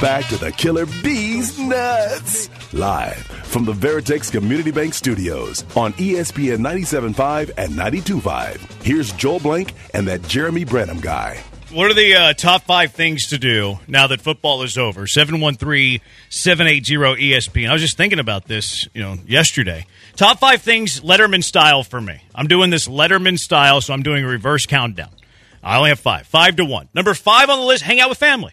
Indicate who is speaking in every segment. Speaker 1: back to the Killer Bees Nuts. Live from the Veritex Community Bank Studios on E ESPN 97.5 and 92.5. Here's Joel Blank and that Jeremy Branham guy.
Speaker 2: What are the uh, top five things to do now that football is over? 713 780 ESPN. I was just thinking about this, you know, yesterday. Top five things Letterman style for me. I'm doing this Letterman style, so I'm doing a reverse countdown. I only have five. Five to one. Number five on the list, hang out with family.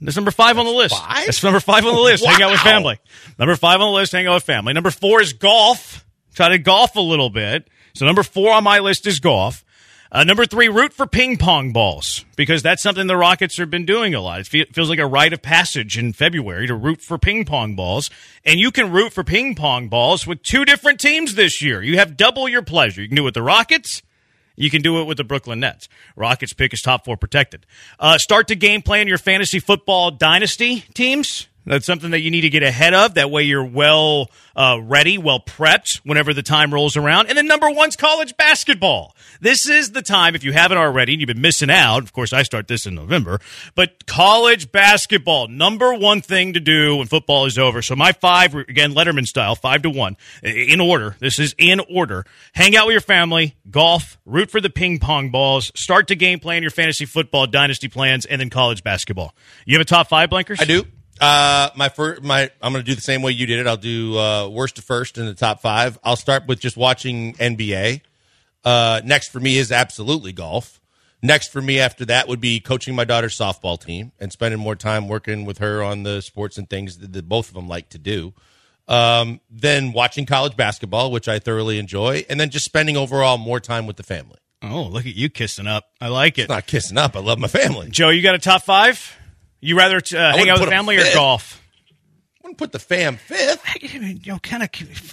Speaker 2: That's number five on the list.
Speaker 3: five?
Speaker 2: That's number five on the list. Hang out with
Speaker 3: Wow.
Speaker 2: family. Number five on the list, hang out with family. Number four is golf. Try to golf a little bit. So number four on my list is golf. Uh, number three, root for ping pong balls because that's something the Rockets have been doing a lot. It fe- feels like a rite of passage in February to root for ping pong balls. And you can root for ping pong balls with two different teams this year. You have double your pleasure. You can do it with the Rockets. You can do it with the Brooklyn Nets. Rockets pick is top four protected. Uh, start to game plan your fantasy football dynasty teams. That's something that you need to get ahead of. That way you're well uh, ready, well prepped whenever the time rolls around. And then number one's college basketball. This is the time, if you haven't already, and you've been missing out. Of course, I start this in November, but college basketball, number one thing to do when football is over. So my five, again, Letterman style, five to one, i- in order. This is in order. Hang out with your family, golf, root for the ping pong balls, start to game plan your fantasy football dynasty plans, and then college basketball. You have a top five blankers?
Speaker 3: I do. Uh, my first, my I'm going to do the same way you did it. I'll do uh, worst to first in the top five. I'll start with just watching NBA. Uh, next for me is absolutely golf. Next for me after that would be coaching my daughter's softball team and spending more time working with her on the sports and things that, that both of them like to do. Um, then watching college basketball, which I thoroughly enjoy, and then just spending overall more time with the family.
Speaker 2: Oh, look at you kissing up. I like it.
Speaker 3: Not kissing up. I love my family.
Speaker 2: Joe, you got a top five? You rather uh, hang
Speaker 3: wouldn't
Speaker 2: out
Speaker 3: put
Speaker 2: with
Speaker 3: 'em
Speaker 2: family or
Speaker 3: fifth.
Speaker 2: golf?
Speaker 3: I wouldn't put the fam fifth.
Speaker 2: you know, kind of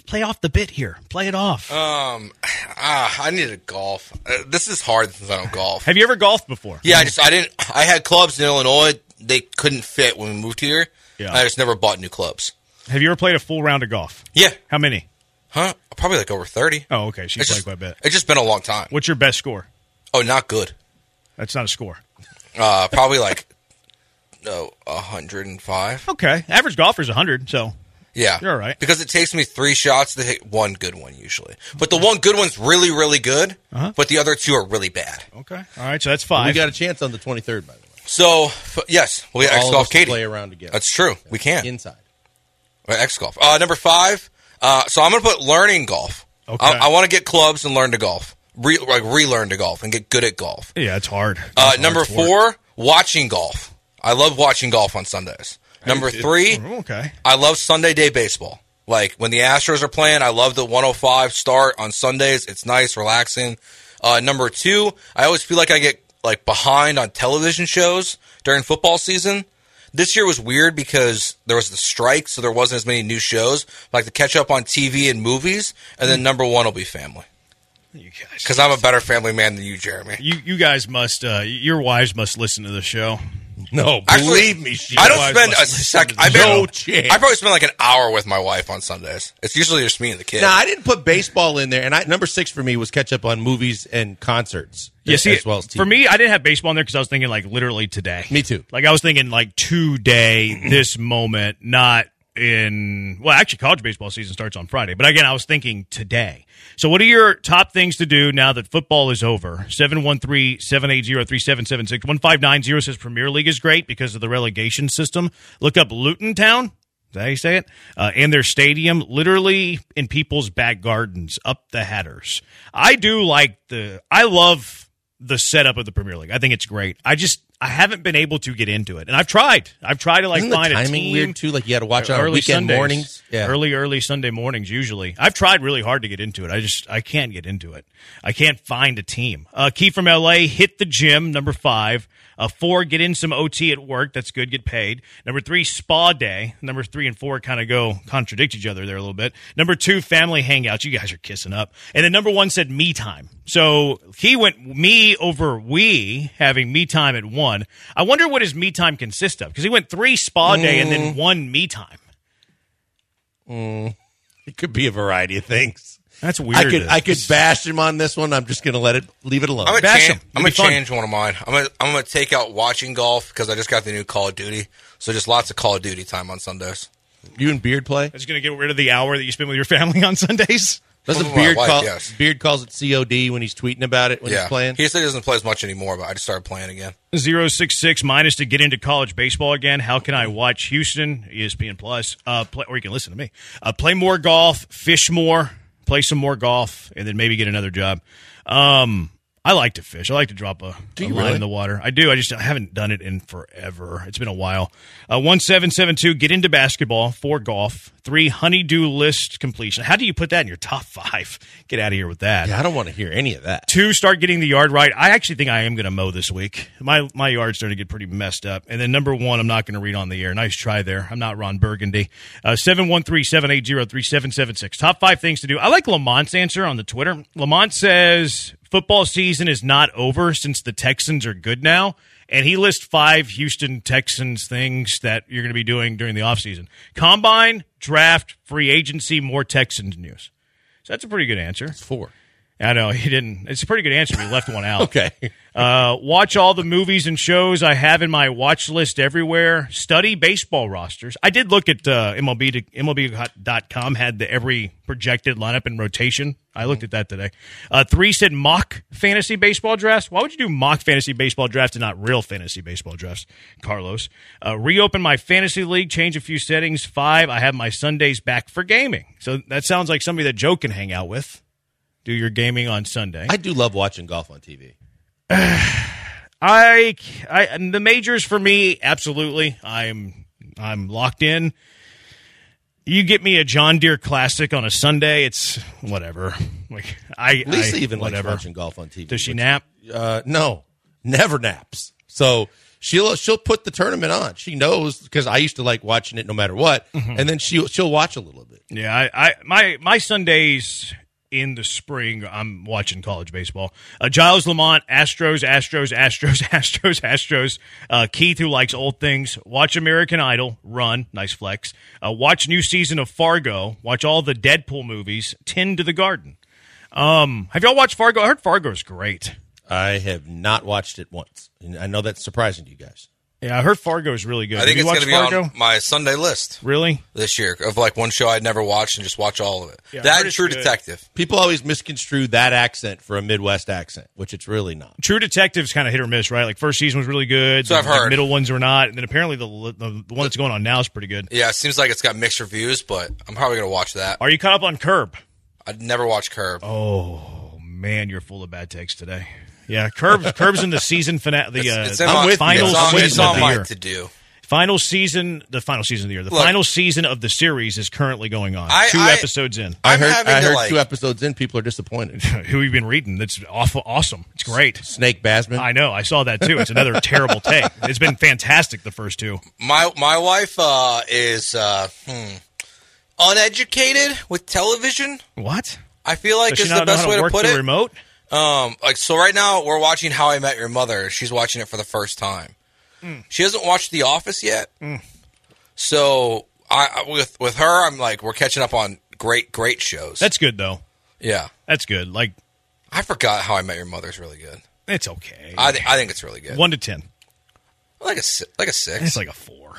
Speaker 2: play off the bit here. Play it off.
Speaker 3: Uh,
Speaker 4: Um, ah, I need to golf. Uh, this is hard since I don't golf.
Speaker 2: Have you ever golfed before?
Speaker 4: yeah, I just I didn't. I had clubs in Illinois. They couldn't fit when we moved here.
Speaker 2: Yeah.
Speaker 4: I just never bought new clubs.
Speaker 2: Have you ever played a full round of golf?
Speaker 4: Yeah.
Speaker 2: How many?
Speaker 4: Huh? Probably like over thirty.
Speaker 2: Oh, okay. So you
Speaker 4: It's
Speaker 2: played
Speaker 4: just,
Speaker 2: quite a bit.
Speaker 4: it's just been a long time.
Speaker 2: What's your best score?
Speaker 4: Oh, not good.
Speaker 2: That's not a score.
Speaker 4: Uh, probably like no hundred and five.
Speaker 2: Okay. Average golfer's 100, so.
Speaker 4: Yeah,
Speaker 2: You're all right.
Speaker 4: Because it takes me three shots to hit one good one usually. But the one good one's really, really good.
Speaker 3: Uh-huh.
Speaker 4: But the other two are really bad.
Speaker 2: Okay. All right, so that's five.
Speaker 3: We got a chance on the 23rd, by the way.
Speaker 4: So f- yes, we
Speaker 3: All
Speaker 4: ex
Speaker 3: of us
Speaker 4: golf
Speaker 3: to
Speaker 4: Katie.
Speaker 3: play around together.
Speaker 4: That's true. We can.
Speaker 3: inside.
Speaker 4: X golf. Uh, number five. Uh, so I'm gonna put learning golf.
Speaker 2: Okay.
Speaker 4: I, I want to get clubs and learn to golf. Re- like relearn to golf and get good at golf.
Speaker 2: yeah, it's hard.
Speaker 4: Uh,
Speaker 2: It's a
Speaker 4: number
Speaker 2: hard sport.
Speaker 4: four, watching golf. I love watching golf on Sundays. Number
Speaker 3: Mm-hmm.
Speaker 4: three,
Speaker 2: Oh, Okay.
Speaker 4: I love Sunday day baseball. Like when the Astros are playing, I love the 105 start on Sundays. It's nice, relaxing. Uh, number two, I always feel like I get like behind on television shows during football season. This year was weird because there was the strike, so there wasn't as many new shows. Like to catch up on TV and movies, and
Speaker 3: Hmm.
Speaker 4: then number one will be family
Speaker 2: You guys.
Speaker 4: because I'm a better family man than you, Jeremy.
Speaker 2: You, you guys must, uh, your wives must listen to the show.
Speaker 3: No,
Speaker 4: Actually,
Speaker 3: believe me, she
Speaker 4: I don't
Speaker 2: wives
Speaker 4: spend a
Speaker 2: must listen to
Speaker 4: second.
Speaker 2: the
Speaker 4: I bet-
Speaker 3: show. No chance.
Speaker 4: I probably spend like an hour with my wife on Sundays. It's usually just me and the kids.
Speaker 3: Now I didn't put baseball in there, and I, number six for me was catch up on movies and concerts.
Speaker 2: Yeah, see,
Speaker 3: as well as TV.
Speaker 2: for me, I didn't have baseball in there because I was thinking like literally today.
Speaker 3: Me too.
Speaker 2: Like I was thinking like today, this moment, not in. Well, actually, college baseball season starts on Friday, but again, I was thinking today. So, what are your top things to do now that football is over? 713 780 3776. 1590 says Premier League is great because of the relegation system. Look up Luton Town. Is that how you say it? Uh, and their stadium, literally in people's back gardens, up the Hatters. I do like the, I love the setup of the Premier League. I think it's great. I just, I haven't been able to get into it. And I've tried. I've tried to like
Speaker 3: Isn't the
Speaker 2: find a
Speaker 3: timing
Speaker 2: team.
Speaker 3: weird too? Like you had to watch it on
Speaker 2: early
Speaker 3: weekend
Speaker 2: Sundays.
Speaker 3: mornings.
Speaker 2: Early, early Sunday mornings, usually. I've tried really hard to get into it. I just, I can't get into it. I can't find a team. Uh, Key from LA, hit the gym, number five. Uh, four, get in some OT at work. That's good. Get paid. Number three, spa day. Number three and four kind of go contradict each other there a little bit. Number two, family hangouts. You guys are kissing up. And then number one said me time. So he went me over we having me time at one. I wonder what his me time consists of because he went three spa day and then one me time.
Speaker 3: it could be a variety of things.
Speaker 2: That's weird.
Speaker 3: I could I could bash him on this one. I'm just gonna let it leave it alone.
Speaker 4: I'm gonna,
Speaker 2: Bash
Speaker 4: change,
Speaker 2: 'em.
Speaker 4: I'm
Speaker 2: It'd
Speaker 4: gonna
Speaker 2: be fun.
Speaker 4: change one of mine. I'm gonna I'm gonna take out watching golf because I just got the new Call of Duty. So just lots of Call of Duty time on Sundays.
Speaker 3: You and Beard play?
Speaker 2: That's going to get rid of the hour that you spend with your family on Sundays.
Speaker 3: Doesn't
Speaker 4: Some of my
Speaker 3: Beard
Speaker 4: wife,
Speaker 3: call
Speaker 4: yes.
Speaker 3: Beard calls it COD when he's tweeting about it when
Speaker 4: yeah,
Speaker 3: he's playing?
Speaker 4: He said he doesn't play as much anymore, but I just started playing again.
Speaker 2: 066 minus to get into college baseball again. How can I watch Houston? E ESPN Plus. Uh, play, or you can listen to me. Uh, play more golf, fish more, play some more golf, and then maybe get another job. Um, I like to fish. I like to drop a, a line in the water. I do. I just I haven't done it in forever. It's been a while. Uh, one seven seven two. Get into basketball. Four golf. Three honeydew list completion. How do you put that in your top five? Get out of here with that.
Speaker 3: Yeah, I don't want to hear any of that.
Speaker 2: Two, start getting the yard right. I actually think I am going to mow this week. My my yard's starting to get pretty messed up. And then number one, I'm not going to read on the air. Nice try there. I'm not Ron Burgundy. Uh, Seven one three seven eight zero three seven seven six. Top five things to do. I like Lamont's answer on the Twitter. Lamont says football season is not over since the Texans are good now. And he lists five Houston Texans things that you're going to be doing during the offseason. Combine, draft, free agency, more Texans news. So that's a pretty good answer.
Speaker 3: Four.
Speaker 2: I know he didn't. It's a pretty good answer. but He left one out.
Speaker 3: Okay.
Speaker 2: Uh, watch all the movies and shows I have in my watch list everywhere. Study baseball rosters. I did look at uh, MLB to, MLB.com had the every projected lineup in rotation. I looked at that today. Uh, three said mock fantasy baseball drafts. Why would you do mock fantasy baseball drafts and not real fantasy baseball drafts, Carlos? Uh, reopen my fantasy league, change a few settings. Five, I have my Sundays back for gaming. So that sounds like somebody that Joe can hang out with. Do your gaming on Sunday.
Speaker 3: I do love watching golf on TV.
Speaker 2: I, I and the majors for me, absolutely. I'm I'm locked in. You get me a John Deere Classic on a Sunday, it's whatever. Like I,
Speaker 3: Lisa
Speaker 2: I-
Speaker 3: even
Speaker 2: whatever.
Speaker 3: likes watching golf on TV.
Speaker 2: Does she
Speaker 3: which-
Speaker 2: nap?
Speaker 3: Uh, no, never naps. So she'll she'll put the tournament on. She knows because I used to like watching it no matter what, and then she she'll watch a little bit.
Speaker 2: Yeah, I, I my my Sundays in the spring, I'm watching college baseball. Uh, Giles Lamont, Astros, Astros, Astros, Astros, Astros. Uh, Keith, who likes old things, watch American Idol, run, nice flex. Uh, watch new season of Fargo. Watch all the Deadpool movies. Tend to the garden. Um, have y'all watched Fargo? I heard Fargo's great.
Speaker 3: I have not watched it once, and I know that's surprising to you guys.
Speaker 2: Yeah, I heard Fargo's really good.
Speaker 4: I think
Speaker 2: have
Speaker 4: it's
Speaker 2: you
Speaker 4: going to
Speaker 2: watched
Speaker 4: be
Speaker 2: Fargo?
Speaker 4: on my Sunday list
Speaker 2: Really?
Speaker 4: this year of like one show I'd never watched and just watch all of it.
Speaker 2: Yeah, I
Speaker 4: that
Speaker 2: heard
Speaker 4: and
Speaker 2: it's
Speaker 4: True
Speaker 2: good.
Speaker 4: Detective.
Speaker 3: People always misconstrue that accent for a Midwest accent, which it's really not.
Speaker 2: True Detective's kind of hit or miss, right? Like first season was really good,
Speaker 4: So I've
Speaker 2: like,
Speaker 4: heard.
Speaker 2: middle ones were not, and then apparently the, the the one that's going on now is pretty good.
Speaker 4: Yeah, it seems like it's got mixed reviews, but I'm probably going to watch that.
Speaker 2: Are you caught up on Curb?
Speaker 4: I'd never watch Curb.
Speaker 2: Oh man, you're full of bad takes today. Yeah, Curb's Curb's in the season finale. The uh,
Speaker 4: it's in
Speaker 3: I'm
Speaker 4: my,
Speaker 3: with you.
Speaker 2: final
Speaker 4: it's on,
Speaker 2: season
Speaker 4: it's on
Speaker 2: of the
Speaker 4: my
Speaker 2: year.
Speaker 4: to do.
Speaker 2: Final season, the final season of the year. The
Speaker 4: Look.
Speaker 2: final season of the series is currently going on.
Speaker 4: I-
Speaker 2: Two
Speaker 4: I-
Speaker 2: episodes in.
Speaker 4: I'm
Speaker 3: I heard,
Speaker 4: having
Speaker 3: I
Speaker 4: to,
Speaker 3: heard
Speaker 4: like-
Speaker 3: two episodes in, people are disappointed.
Speaker 2: Who you've been reading? That's awful, awesome. It's great.
Speaker 3: Snake Basman.
Speaker 2: I know. I saw that too. It's another terrible take. It's been fantastic the first two.
Speaker 4: My my wife uh, is uh, hmm, uneducated with television.
Speaker 2: What?
Speaker 4: I feel like
Speaker 2: Does she
Speaker 4: is the
Speaker 2: not know
Speaker 4: best
Speaker 2: how
Speaker 4: way
Speaker 2: to
Speaker 4: to
Speaker 2: work
Speaker 4: put
Speaker 2: the
Speaker 4: it.
Speaker 2: remote?
Speaker 4: Um, like so, right now we're watching How I Met Your Mother. She's watching it for the first time.
Speaker 2: Mm.
Speaker 4: She hasn't watched The Office yet. So I I- with with her, I'm like we're catching up on great great shows.
Speaker 2: That's good though.
Speaker 4: yeah.
Speaker 2: That's good. Like
Speaker 4: I forgot How I Met Your Mother is really good.
Speaker 2: it's okay.
Speaker 4: I th- I think it's really good.
Speaker 2: One to ten.
Speaker 4: like a si- like a six.
Speaker 2: It's like a four.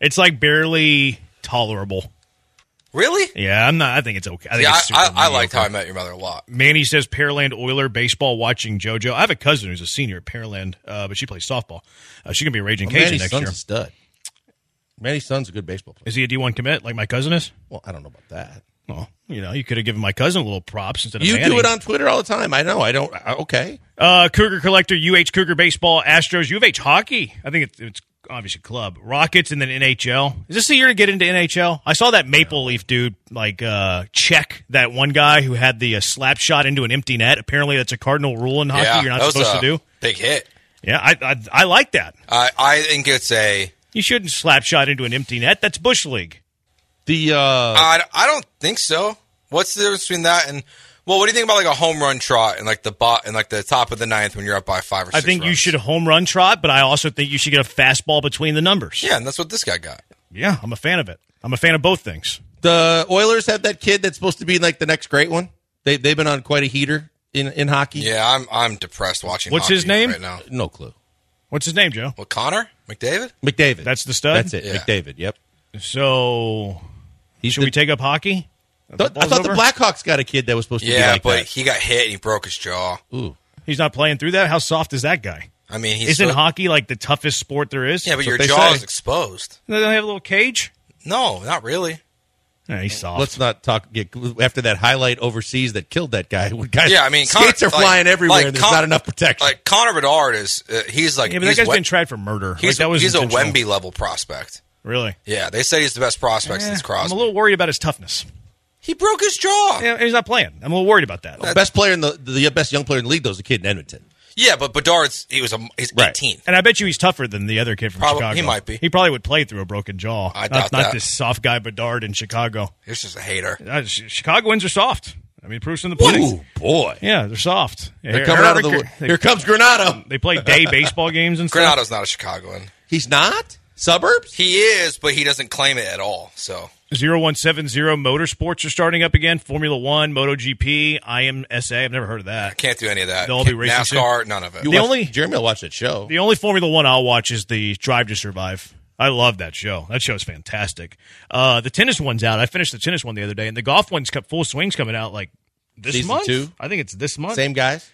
Speaker 2: It's like barely tolerable.
Speaker 4: really?
Speaker 2: Yeah, I'm not. I think it's okay. I think
Speaker 4: Yeah,
Speaker 2: it's super
Speaker 4: I, I, I liked
Speaker 2: mediocre.
Speaker 4: How I Met Your Mother a lot.
Speaker 2: Manny says Pearland Oiler baseball watching JoJo. I have a cousin who's a senior at Pearland, uh, but she plays softball. Uh, she can be a raging Cajun
Speaker 3: Manny's
Speaker 2: next
Speaker 3: son's
Speaker 2: year.
Speaker 3: a stud. Manny's son's a good baseball player.
Speaker 2: Is he a D1 commit like my cousin is?
Speaker 3: Well, I don't know about that.
Speaker 2: Well, you know, you could have given my cousin a little props instead of
Speaker 3: You
Speaker 2: Manny.
Speaker 3: do it on Twitter all the time. I know. I don't. I- okay.
Speaker 2: Uh, Cougar Collector, UH Cougar Baseball, Astros, U of H Hockey. I think it's, it's obviously club. Rockets and then NHL. Is this the year to get into NHL? I saw that Maple Leaf dude, like, uh, check that one guy who had the uh, slap shot into an empty net. Apparently, that's a cardinal rule in hockey
Speaker 4: yeah,
Speaker 2: you're not
Speaker 4: that was
Speaker 2: supposed
Speaker 4: a
Speaker 2: to do.
Speaker 4: big hit.
Speaker 2: Yeah, I, I, I like that.
Speaker 4: I I think it's a.
Speaker 2: You shouldn't slap shot into an empty net. That's Bush League.
Speaker 3: The uh,
Speaker 4: I, I don't think so. What's the difference between that and well? What do you think about like a home run trot and like the bot and like the top of the ninth when you're up by five or?
Speaker 2: I
Speaker 4: six
Speaker 2: think you
Speaker 4: runs?
Speaker 2: should home run trot, but I also think you should get a fastball between the numbers.
Speaker 4: Yeah, and that's what this guy got.
Speaker 2: yeah I'm a fan of it. I'm a fan of both things.
Speaker 3: the Oilers have that kid that's supposed to be like the next great one. They they've been on quite a heater in in hockey.
Speaker 4: Yeah, I'm I'm depressed watching.
Speaker 2: What's
Speaker 4: hockey
Speaker 2: his name?
Speaker 4: right now?
Speaker 3: No clue.
Speaker 2: What's his name, Joe?
Speaker 4: What Connor McDavid?
Speaker 3: McDavid.
Speaker 2: That's the stud?
Speaker 3: That's it.
Speaker 4: Yeah.
Speaker 3: McDavid. Yep.
Speaker 2: So
Speaker 3: He's
Speaker 2: should we take up hockey?
Speaker 3: Thought- I
Speaker 2: Ball's
Speaker 3: thought
Speaker 2: over?
Speaker 3: the Blackhawks got a kid that was supposed to
Speaker 4: Yeah,
Speaker 3: be like
Speaker 4: but
Speaker 3: that.
Speaker 4: he got hit and he broke his jaw.
Speaker 3: Ooh.
Speaker 2: He's not playing through that. How soft is that guy?
Speaker 4: I mean, he's
Speaker 2: Isn't
Speaker 4: so-
Speaker 2: hockey like the toughest sport there is?
Speaker 4: Yeah, but your
Speaker 3: they
Speaker 4: jaw
Speaker 3: say.
Speaker 4: is exposed.
Speaker 2: They don't have a little cage.
Speaker 4: No, not really.
Speaker 2: Yeah, he's soft.
Speaker 3: Let's not talk get, after that highlight overseas that killed that guy. When guys,
Speaker 4: Yeah, I mean, Connor-
Speaker 3: skates are
Speaker 4: like-
Speaker 3: flying everywhere.
Speaker 4: like
Speaker 3: and there's
Speaker 4: Con-
Speaker 3: not enough protection.
Speaker 4: Like Connor Bedard is, uh, he's like
Speaker 2: yeah, but that
Speaker 4: he's
Speaker 2: guy's
Speaker 4: Wem-
Speaker 2: been tried for murder. Like,
Speaker 4: He's,
Speaker 2: that was
Speaker 4: he's a
Speaker 2: intentional.
Speaker 4: Wemby level prospect.
Speaker 2: Really?
Speaker 4: Yeah, they said he's the best prospect
Speaker 2: Eh,
Speaker 4: since
Speaker 2: I'm
Speaker 4: Crosby.
Speaker 2: a little worried about his toughness.
Speaker 4: he broke his jaw. Yeah.
Speaker 2: Yeah, he's not playing. I'm a little worried about that.
Speaker 3: best player in the the best young player in the league though is a kid in Edmonton.
Speaker 4: but Bedard's he was a he's
Speaker 3: Right.
Speaker 4: 18.
Speaker 2: And I bet you he's tougher than the other kid from
Speaker 4: Probably-
Speaker 2: Chicago.
Speaker 4: he might be.
Speaker 2: He probably would play through a broken jaw.
Speaker 4: I
Speaker 2: not,
Speaker 4: doubt
Speaker 2: not
Speaker 4: that.
Speaker 2: this soft guy Bedard in Chicago.
Speaker 4: He's just a hater.
Speaker 2: Uh, Ch- Chicagoans are soft. I mean, proofs in the pudding.
Speaker 3: boy,
Speaker 2: Yeah, they're soft. Yeah,
Speaker 3: they're coming out of the.
Speaker 2: Herrick-
Speaker 3: wo-
Speaker 2: They,
Speaker 3: Here comes Granado.
Speaker 2: they play day baseball games and stuff.
Speaker 4: Granado's not a Chicagoan.
Speaker 3: He's not suburbs.
Speaker 4: He is, but he doesn't claim it at all. So
Speaker 2: 0170 Motorsports are starting up again. Formula One, MotoGP, IMSA. I've never heard of that.
Speaker 4: can't do any of that.
Speaker 2: They'll all be racing soon.
Speaker 4: NASCAR, none of it.
Speaker 3: You
Speaker 2: The
Speaker 3: watch-
Speaker 2: only-
Speaker 3: Jeremy will watch that show.
Speaker 2: The only Formula One I'll watch is the Drive to Survive. I love that show. That show's fantastic. Uh, the tennis one's out. I finished the tennis one the other day, and the golf one's cut full swings coming out like this
Speaker 3: Season
Speaker 2: month.
Speaker 3: two?
Speaker 2: I think it's this month.
Speaker 3: Same Oh. guys.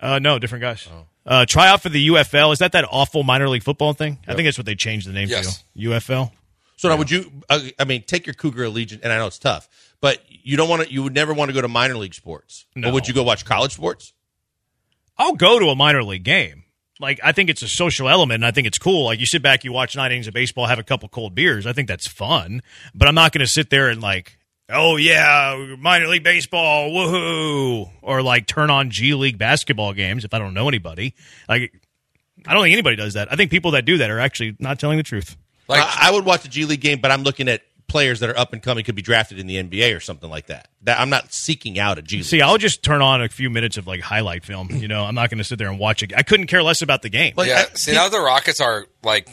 Speaker 2: Uh, no, different guys. Uh, try out for the UFL. Is that that awful minor league football thing? I think that's what they changed the name
Speaker 4: Yes.
Speaker 2: to. UFL.
Speaker 3: So now would you? Uh, I mean, take your Cougar Allegiant, and I know it's tough, but you don't want to. You would never want to go to minor league sports.
Speaker 2: No.
Speaker 3: Or would you go watch college sports?
Speaker 2: I'll go to a minor league game. Like I think it's a social element, and I think it's cool. Like you sit back, you watch nine innings of baseball, have a couple cold beers. I think that's fun. But I'm not going to sit there and like, oh yeah, minor league baseball, woohoo, or like turn on G League basketball games if I don't know anybody. Like I don't think anybody does that. I think people that do that are actually not telling the truth.
Speaker 4: Like
Speaker 3: I, I would watch a G League game, but I'm looking at players that are up and coming could be drafted in the NBA or something like that. That I'm not seeking out a G League.
Speaker 2: See, I'll just turn on a few minutes of like highlight film. You know, I'm not going to sit there and watch it. I couldn't care less about the game.
Speaker 3: Like,
Speaker 4: yeah,
Speaker 3: I-
Speaker 4: see now the Rockets are like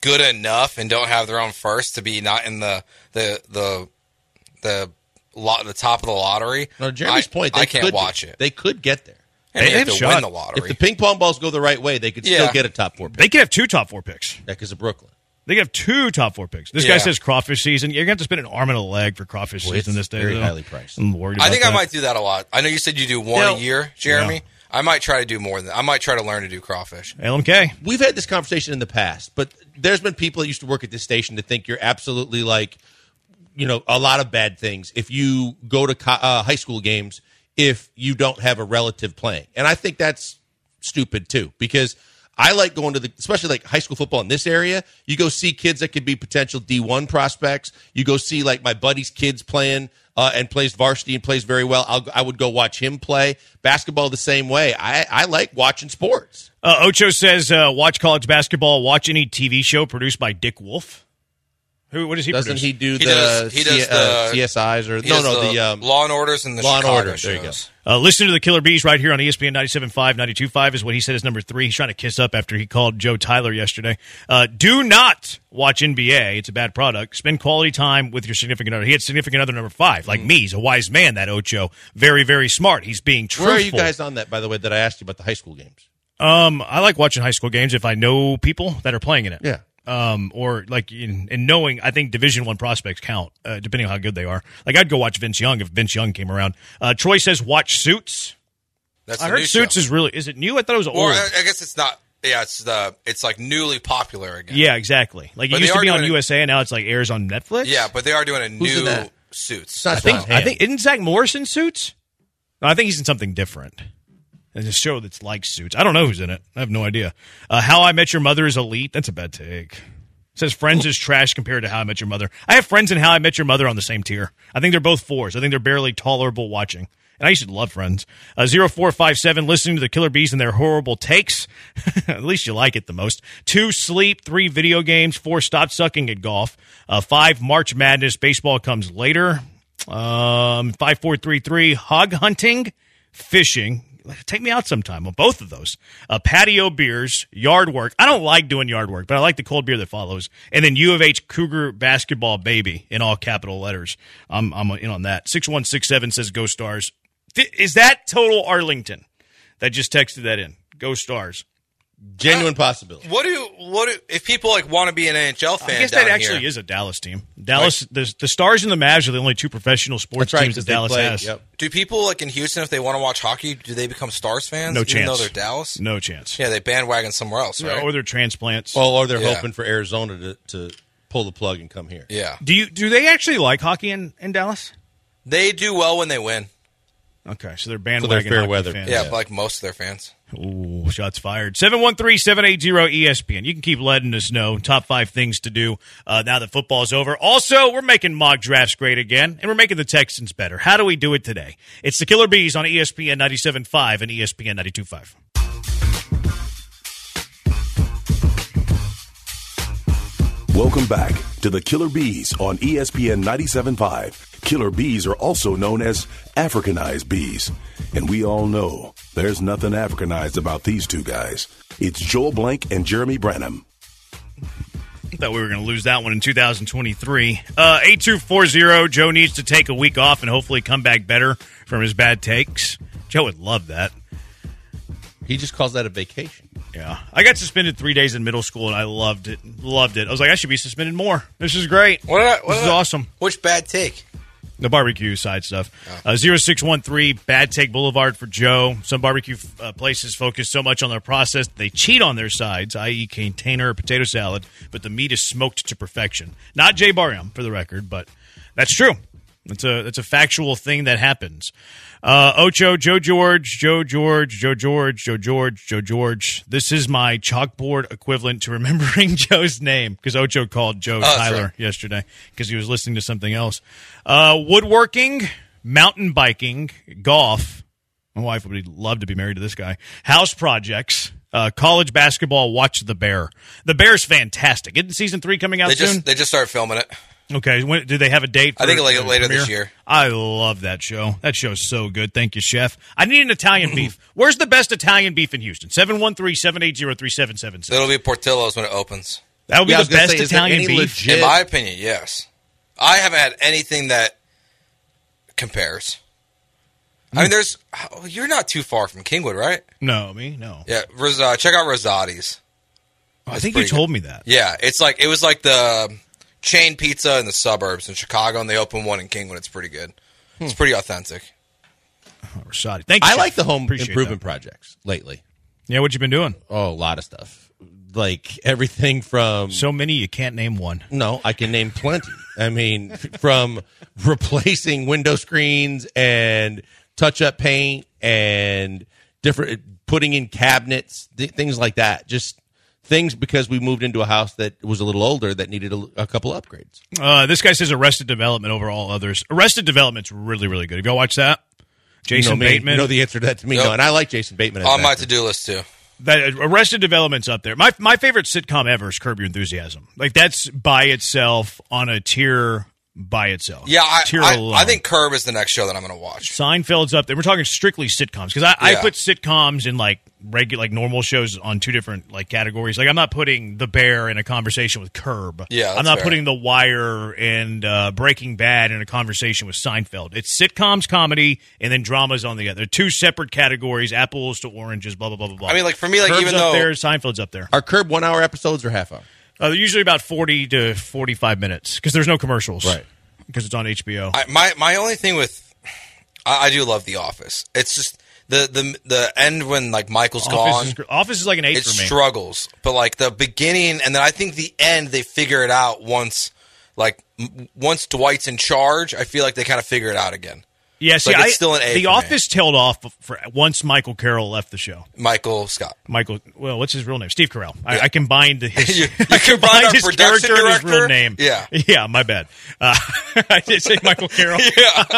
Speaker 4: good enough and don't have their own first to be not in the the the the lot the top of the lottery.
Speaker 3: no, Jeremy's
Speaker 4: I,
Speaker 3: point. They
Speaker 4: I can't
Speaker 3: could,
Speaker 4: watch it.
Speaker 3: They could get there.
Speaker 4: and they,
Speaker 2: they
Speaker 4: have to
Speaker 2: have shot.
Speaker 4: win the lottery.
Speaker 3: If the ping pong balls go the right way, they could
Speaker 4: Yeah.
Speaker 3: still get a top four pick
Speaker 2: they could have two top four picks.
Speaker 3: because of Brooklyn.
Speaker 2: They have two top four picks. This guy
Speaker 4: Yeah.
Speaker 2: says crawfish season. You're gonna have to spend an arm and a leg for crawfish
Speaker 3: Well,
Speaker 2: season this
Speaker 3: it's
Speaker 2: day.
Speaker 3: very
Speaker 2: though.
Speaker 3: highly priced.
Speaker 2: I'm worried.
Speaker 4: I
Speaker 2: about
Speaker 4: think I
Speaker 2: that.
Speaker 4: might do that a lot. I know you said you do one
Speaker 3: Now-
Speaker 4: a year, Jeremy. I might try to do more than that. I might try to learn to do crawfish.
Speaker 2: LMK.
Speaker 3: We've had this conversation in the past, but there's been people that used to work at this station to think you're absolutely like, you know, a lot of bad things if you go to co- uh, high school games if you don't have a relative playing, and I think that's stupid too because I like going to the especially like high school football in this area. You go see kids that could be potential D one prospects. You go see like my buddy's kids playing uh, and plays varsity and plays very well. I'll, I would go watch him play basketball the same way. I I like watching sports.
Speaker 2: Uh, Ocho says uh, watch college basketball. Watch any TV show produced by Dick Wolf. Who? What does he?
Speaker 3: Doesn't
Speaker 2: produce?
Speaker 3: he do the
Speaker 4: does- he does
Speaker 3: C- uh,
Speaker 4: the-
Speaker 3: CSIs or
Speaker 4: He
Speaker 3: no
Speaker 4: does
Speaker 3: no the, um,
Speaker 4: Law and Orders and the
Speaker 3: Law and
Speaker 4: Chicago
Speaker 3: Order.
Speaker 4: Shows.
Speaker 3: There you go.
Speaker 2: Uh, listen to the Killer Bees right here on E ESPN 97.5, 92.5 is what he said is number three. He's trying to kiss up after he called Joe Tyler yesterday. Uh, do not watch NBA. It's a bad product. Spend quality time with your significant other. He had significant other number five,
Speaker 3: Hmm.
Speaker 2: like me. He's a wise man, that Ocho. Very, very smart. He's being truthful.
Speaker 3: Where are you guys on that? By the way, that I asked you about the high school games.
Speaker 2: Um, I like watching high school games if I know people that are playing in it.
Speaker 3: Yeah.
Speaker 2: Um, or like in, in knowing, I think Division One prospects count uh, depending on how good they are. Like I'd go watch Vince Young if Vince Young came around. Uh, Troy says watch Suits.
Speaker 4: That's
Speaker 2: I
Speaker 4: the new
Speaker 2: heard Suits
Speaker 4: show.
Speaker 2: is really is it new? I thought it was old.
Speaker 4: Or I I guess it's not. Yeah, it's the it's like newly popular again.
Speaker 2: yeah, exactly. Like
Speaker 4: But
Speaker 2: it
Speaker 4: they
Speaker 2: used to
Speaker 4: are
Speaker 2: be on
Speaker 4: doing it-
Speaker 2: USA, and now it's like airs on Netflix.
Speaker 4: Yeah, but they are doing a
Speaker 3: Who's in
Speaker 4: new
Speaker 3: that?
Speaker 4: suits.
Speaker 3: It's not
Speaker 2: I think
Speaker 3: John
Speaker 2: I
Speaker 3: Hamm.
Speaker 2: think isn't Zach Morrison Suits? No, I think he's in something different. There's a show that's like Suits. I don't know who's in it. I have no idea. Uh, How I Met Your Mother is elite. That's a bad take. It says Friends is trash compared to How I Met Your Mother. I have Friends and How I Met Your Mother on the same tier. I think they're both fours. I think they're barely tolerable watching. And I used to love Friends. Uh, 0457, listening to the Killer Bees and their horrible takes. at least you like it the most. Two, sleep. Three, video games. Four, stop sucking at golf. Uh, five, March Madness. Baseball comes later. Um, five four three three hog hunting, fishing. Take me out sometime on both of those. Uh, patio beers, yard work. I don't like doing yard work, but I like the cold beer that follows. And then U of H Cougar basketball baby in all capital letters. I'm I'm in on that. Six one six seven says Go Stars. Th- Is that total Arlington that just texted that in? Go Stars.
Speaker 3: Genuine possibility.
Speaker 4: What do you, what do, if people like want to be an NHL fan?
Speaker 2: I guess
Speaker 4: down
Speaker 2: that actually
Speaker 4: here,
Speaker 2: is a Dallas team. Dallas, the, the Stars and the Mavs are the only two professional sports
Speaker 3: That's right.
Speaker 2: teams
Speaker 3: 'cause
Speaker 2: that
Speaker 3: they
Speaker 2: Dallas
Speaker 3: play-
Speaker 2: has.
Speaker 3: Yep.
Speaker 4: Do people like in Houston if they want to watch hockey, do they become Stars fans?
Speaker 2: No
Speaker 4: even
Speaker 2: chance.
Speaker 4: Though they're Dallas.
Speaker 2: No chance.
Speaker 4: Yeah, they bandwagon somewhere else, right?
Speaker 2: Or they're transplants.
Speaker 3: Well, or they're
Speaker 4: Yeah.
Speaker 3: hoping for Arizona to, to pull the plug and come here.
Speaker 4: yeah,
Speaker 2: do you do they actually like hockey in, in Dallas?
Speaker 4: they do well when they win.
Speaker 2: Okay, so they're bandwagon
Speaker 3: fair
Speaker 2: hockey
Speaker 3: weather.
Speaker 2: fans.
Speaker 4: Yeah, but like most of their fans.
Speaker 2: Ooh, shots fired. 713-780-ESPN. You can keep letting us know top five things to do uh, now that football's over. Also, we're making mock drafts great again, and we're making the Texans better. How do we do it today? It's the Killer Bees on E ESPN 97.5 and E ESPN 92.5.
Speaker 1: Welcome back to the Killer Bees on E ESPN 97.5. Killer bees are also known as Africanized bees. And we all know there's nothing Africanized about these two guys. It's Joel Blank and Jeremy Branham.
Speaker 2: Thought we were going to lose that one in 2023. Uh, 8240, Joe needs to take a week off and hopefully come back better from his bad takes. Joe would love that.
Speaker 3: He just calls that a vacation.
Speaker 2: Yeah. I got suspended three days in middle school and I loved it. Loved it. I was like, I should be suspended more. This is great.
Speaker 4: What? Did I, what
Speaker 2: This
Speaker 4: did
Speaker 2: is
Speaker 4: I-
Speaker 2: awesome.
Speaker 4: Which bad take?
Speaker 2: The barbecue side stuff. Uh, 0613, Bad Take Boulevard for Joe. Some barbecue uh, places focus so much on their process that they cheat on their sides, i.e., container or potato salad, but the meat is smoked to perfection. Not Jay Barham, for the record, but that's true. It's a it's a factual thing that happens. Uh, Ocho, Joe George, Joe George, Joe George, Joe George, Joe George. This is my chalkboard equivalent to remembering Joe's name because Ocho called Joe
Speaker 4: Oh, that's
Speaker 2: Tyler
Speaker 4: right.
Speaker 2: yesterday because he was listening to something else. Uh, woodworking, mountain biking, golf. My wife would love to be married to this guy. House projects, uh, college basketball. Watch the bear. The bear's fantastic. Isn't season three coming out
Speaker 4: They
Speaker 2: soon?
Speaker 4: just they just started filming it.
Speaker 2: Okay, when, do they have a date?
Speaker 4: I think like
Speaker 2: the
Speaker 4: later this
Speaker 2: premiere?
Speaker 4: year.
Speaker 2: I love that show. That show's so good. Thank you, chef. I need an Italian beef. Where's the best Italian beef in Houston? 713-780-3777.
Speaker 4: It'll be Portillo's when it opens.
Speaker 2: That would be
Speaker 3: Yeah, I was
Speaker 2: the
Speaker 3: gonna
Speaker 2: best
Speaker 3: say, is there
Speaker 2: Italian
Speaker 3: any
Speaker 2: beef.
Speaker 3: legit-
Speaker 4: In my opinion, yes. I haven't had anything that compares. I
Speaker 2: Hmm.
Speaker 4: mean, there's oh, you're not too far from Kingwood, right?
Speaker 2: no, me no.
Speaker 4: Yeah, Ros- uh, check out Rosati's.
Speaker 2: I think you
Speaker 4: pretty
Speaker 2: told me that.
Speaker 4: Yeah, it's like it was like the um, chain pizza in the suburbs in Chicago, and they opened one in Kingwood. It's pretty good.
Speaker 2: Hmm.
Speaker 4: It's pretty authentic.
Speaker 2: Rashadi. Thank you.
Speaker 3: I
Speaker 2: chef.
Speaker 3: like the home
Speaker 2: Appreciate
Speaker 3: improvement projects lately.
Speaker 2: that. Yeah, what you been doing?
Speaker 3: Oh, a lot of stuff. Like everything from
Speaker 2: So many you can't name one.
Speaker 3: No, I can name plenty. I mean, from replacing window screens and touch up paint and different putting in cabinets, th- things like that. Just things because we moved into a house that was a little older that needed a, l- a couple upgrades.
Speaker 2: Uh, this guy says Arrested Development over all others. Arrested Development's really really good. Have y'all watched that? Jason
Speaker 3: you know me.
Speaker 2: Bateman.
Speaker 3: You know the answer to that to me.
Speaker 4: Yep.
Speaker 3: No, and I like Jason Bateman. as
Speaker 4: On
Speaker 3: an
Speaker 4: my
Speaker 3: actor.
Speaker 4: to do list too.
Speaker 2: that uh, Arrested Development's up there. My my favorite sitcom ever is Curb Your Enthusiasm. Like that's by itself on a tier by itself.
Speaker 4: Yeah, I,
Speaker 2: tier
Speaker 4: I,
Speaker 2: alone.
Speaker 4: I think Curb is the next show that I'm going to watch.
Speaker 2: Seinfeld's up there. We're talking strictly sitcoms because I, I
Speaker 4: Yeah.
Speaker 2: put sitcoms in like regular like normal shows on two different like categories. Like I'm not putting The Bear in a conversation with Curb.
Speaker 4: Yeah, that's
Speaker 2: I'm not
Speaker 4: fair.
Speaker 2: putting The Wire and uh, Breaking Bad in a conversation with Seinfeld. It's sitcoms, comedy, and then dramas on the other. Two separate categories: apples to oranges. Blah blah blah blah blah.
Speaker 4: I mean, like for me, like
Speaker 2: Curb's
Speaker 4: even
Speaker 2: up
Speaker 4: though
Speaker 2: there, Seinfeld's up there.
Speaker 3: Are Curb one hour episodes or half hour?
Speaker 2: Uh, they're usually about 40 to 45 minutes because there's no commercials.
Speaker 3: Right.
Speaker 2: Because it's on HBO.
Speaker 4: I, my my only thing with I, I do love The Office. It's just the the the end when like Michael's
Speaker 2: Office, is,
Speaker 4: gone.
Speaker 2: gr- Office is like an 8
Speaker 4: It
Speaker 2: for me.
Speaker 4: struggles, but like the beginning, and then I think the end they figure it out once like m- once Dwight's in charge. I feel like they kind of figure it out again.
Speaker 2: yeah, see,
Speaker 4: like, it's
Speaker 2: I,
Speaker 4: still an A
Speaker 2: The
Speaker 4: for me.
Speaker 2: Office tailed off for once Michael Carroll left the show.
Speaker 4: Michael Scott.
Speaker 2: Michael, well, what's his real name? Steve Carell. I,
Speaker 4: Yeah.
Speaker 2: I combined his,
Speaker 4: You- you
Speaker 2: I
Speaker 4: combined
Speaker 2: combined
Speaker 4: our
Speaker 2: his
Speaker 4: production
Speaker 2: character and his real
Speaker 4: director?
Speaker 2: name.
Speaker 4: Yeah.
Speaker 2: Yeah, my bad. Uh, I did say Michael Carroll.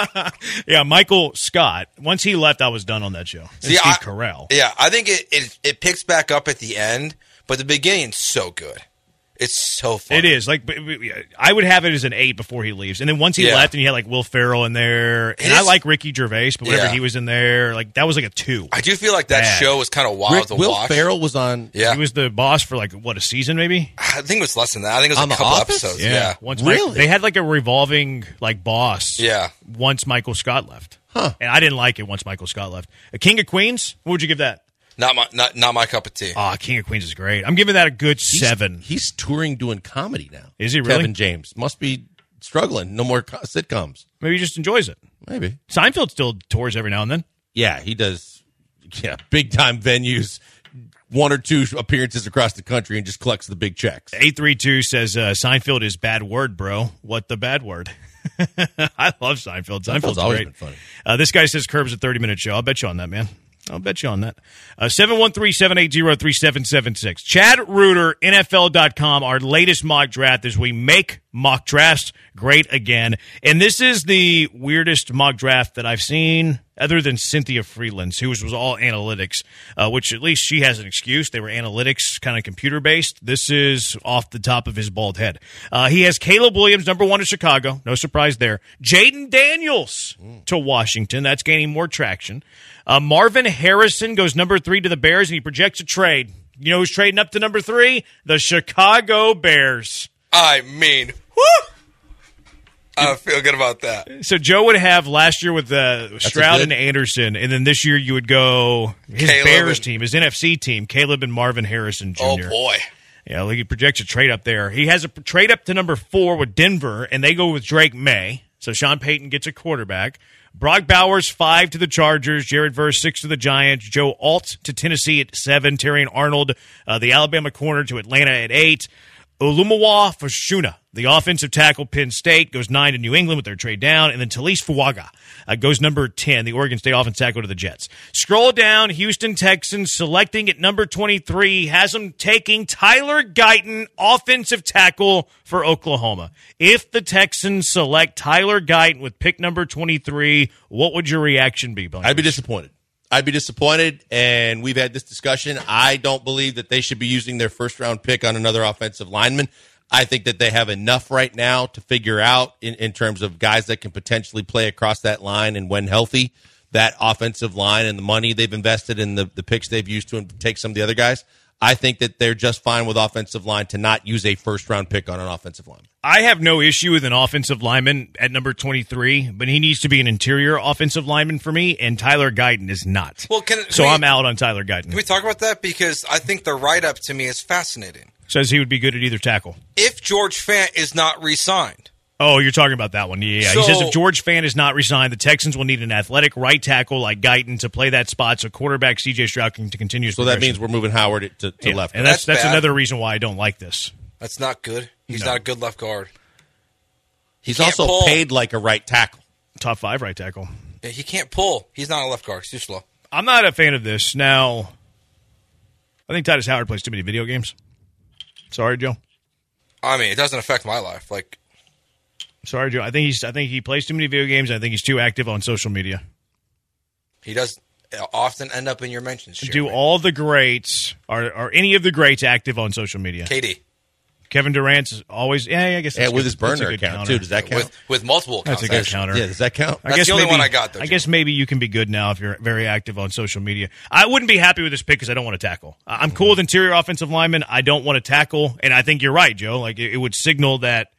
Speaker 2: yeah. Michael Scott. Once he left, I was done on that show. And
Speaker 4: See,
Speaker 2: Steve
Speaker 4: I-
Speaker 2: Carell.
Speaker 4: Yeah, I think it, it it picks back up at the end, but the beginning's so good. It's so fun.
Speaker 2: It is like but- but- yeah, I would have it as an eight before he leaves, and then once he
Speaker 4: Yeah.
Speaker 2: left, and you had like Will Ferrell in there, and I
Speaker 4: is-
Speaker 2: like Ricky Gervais, but whenever
Speaker 4: Yeah.
Speaker 2: he was in there, like that was like a two.
Speaker 4: I do feel like that
Speaker 2: Bad.
Speaker 4: show was kind of wild
Speaker 3: Rick-
Speaker 4: to
Speaker 3: Will
Speaker 4: watch.
Speaker 3: Ferrell was on.
Speaker 4: Yeah,
Speaker 2: He was the boss for like what a season, maybe.
Speaker 4: I think it was less than that. I think it was
Speaker 3: On
Speaker 4: a
Speaker 3: The
Speaker 4: couple
Speaker 3: Office?
Speaker 4: episodes.
Speaker 3: Yeah.
Speaker 4: Yeah.
Speaker 2: Once Mike-
Speaker 3: Really?
Speaker 2: they had like a revolving like boss.
Speaker 4: Yeah.
Speaker 2: Once Michael Scott left, huh? And I didn't like it once Michael Scott left. A King of Queens. What would you give that?
Speaker 4: Not my not not my cup of tea.
Speaker 2: Ah, King of Queens is great. I'm giving that a good seven.
Speaker 3: He's touring doing comedy now.
Speaker 2: Is he really?
Speaker 3: Kevin James must be struggling. No more co- sitcoms.
Speaker 2: Maybe he just enjoys it.
Speaker 3: Maybe.
Speaker 2: Seinfeld still tours every now and then.
Speaker 3: Yeah, he does. Yeah, big time venues, one or two appearances across the country, and just collects the big checks.
Speaker 2: 832 says uh, Seinfeld is bad word, bro. What the bad word? I love Seinfeld. Seinfeld's,
Speaker 3: Seinfeld's always
Speaker 2: great.
Speaker 3: been funny.
Speaker 2: Uh, this guy says Curb's a 30 minute show. I'll bet you on that, man. I'll bet you on that. Uh, 713 780 3776. Chad Reuter, NFL.com, our latest mock draft is we make mock drafts great again. And this is the weirdest mock draft that I've seen, other than Cynthia Freeland's, who was, was all analytics, uh, which at least she has an excuse. They were analytics, kind of computer based. This is off the top of his bald head. Uh, he has Caleb Williams, number one in Chicago. No surprise there. Jaden Daniels to Washington. That's gaining more traction. Uh, Marvin Harrison goes number three to the Bears, and he projects a trade. You know who's trading up to number three? The Chicago Bears.
Speaker 4: I mean, whoo! I feel good about that.
Speaker 2: So Joe would have last year with uh, Stroud
Speaker 3: good-
Speaker 2: and Anderson, and then this year you would go his
Speaker 4: Caleb
Speaker 2: Bears
Speaker 4: and-
Speaker 2: team, his NFC team, Caleb and Marvin Harrison Jr.
Speaker 4: Oh boy.
Speaker 2: Yeah, like he projects a trade up there. He has a p- trade up to number four with Denver, and they go with Drake May. So Sean Payton gets a quarterback. Brock Bowers five to the Chargers. Jared Verse six to the Giants. Joe Alt to Tennessee at seven. Terrian Arnold, uh, the Alabama corner, to Atlanta at eight. Olumawa Fashuna, the offensive tackle, Penn State goes nine to New England with their trade down, and then Talise Fuaga uh, goes number ten, the Oregon State offensive tackle to the Jets. Scroll down, Houston Texans selecting at number twenty-three has them taking Tyler Guyton, offensive tackle for Oklahoma. If the Texans select Tyler Guyton with pick number twenty-three, what would your reaction be, Bunker?
Speaker 3: I'd be disappointed. I'd be disappointed, and we've had this discussion. I don't believe that they should be using their first round pick on another offensive lineman. I think that they have enough right now to figure out in, in terms of guys that can potentially play across that line and when healthy, that offensive line and the money they've invested in the, the picks they've used to take some of the other guys. I think that they're just fine with offensive line to not use a first round pick on an offensive line.
Speaker 2: I have no issue with an offensive lineman at number 23, but he needs to be an interior offensive lineman for me, and Tyler Guyton is not.
Speaker 4: Well, can-
Speaker 2: so
Speaker 4: can we-
Speaker 2: I'm out on Tyler Guyton.
Speaker 4: Can we talk about that because I think the write up to me is fascinating.
Speaker 2: Says he would be good at either tackle.
Speaker 4: If George Fant is not re-signed,
Speaker 2: Oh, you're talking about that one. Yeah, yeah. he
Speaker 4: So-
Speaker 2: says if George Fan is not resigned, the Texans will need an athletic right tackle like Guyton to play that spot so quarterback C.J. Stroud can to continue.
Speaker 3: So that means we're moving Howard to, to left.
Speaker 2: And that's, that's,
Speaker 4: That's bad.
Speaker 2: another reason why I don't like this.
Speaker 4: that's not good. He's not a good left guard.
Speaker 3: He's
Speaker 4: can't
Speaker 3: also
Speaker 4: pull.
Speaker 3: paid like a right tackle.
Speaker 2: Top five right tackle.
Speaker 4: Yeah, he can't pull. He's not a left guard. He's too slow.
Speaker 2: I'm not a fan of this. Now, I think Titus Howard plays too many video games. Sorry, Joe.
Speaker 4: I mean, it doesn't affect my life. Like,
Speaker 2: Sorry, Joe. I think he's. I think he plays too many video games. and I think he's too active on social media.
Speaker 4: he does often end up in your mentions. Jeremy.
Speaker 2: Do all the greats are are any of the greats active on social media?
Speaker 4: KD
Speaker 2: Kevin Durant's always. Yeah, I guess.
Speaker 3: Yeah,
Speaker 2: that's
Speaker 3: with
Speaker 2: good.
Speaker 3: his
Speaker 2: That's a
Speaker 3: burner
Speaker 2: good
Speaker 3: account
Speaker 2: counter.
Speaker 3: too. Does that count?
Speaker 4: with with multiple.
Speaker 2: That's a
Speaker 4: accounts,
Speaker 2: good
Speaker 4: actually.
Speaker 2: counter.
Speaker 3: Yeah, does that count?
Speaker 2: I
Speaker 4: That's
Speaker 2: guess
Speaker 4: the only
Speaker 2: maybe-
Speaker 4: one I got, though,
Speaker 2: I
Speaker 4: Jim.
Speaker 2: guess maybe you can be good now if you're very active on social media. I wouldn't be happy with this pick because I don't want to tackle. I- I'm cool with interior offensive lineman. I don't want to tackle, and I think you're right, Joe. Like it, it would signal that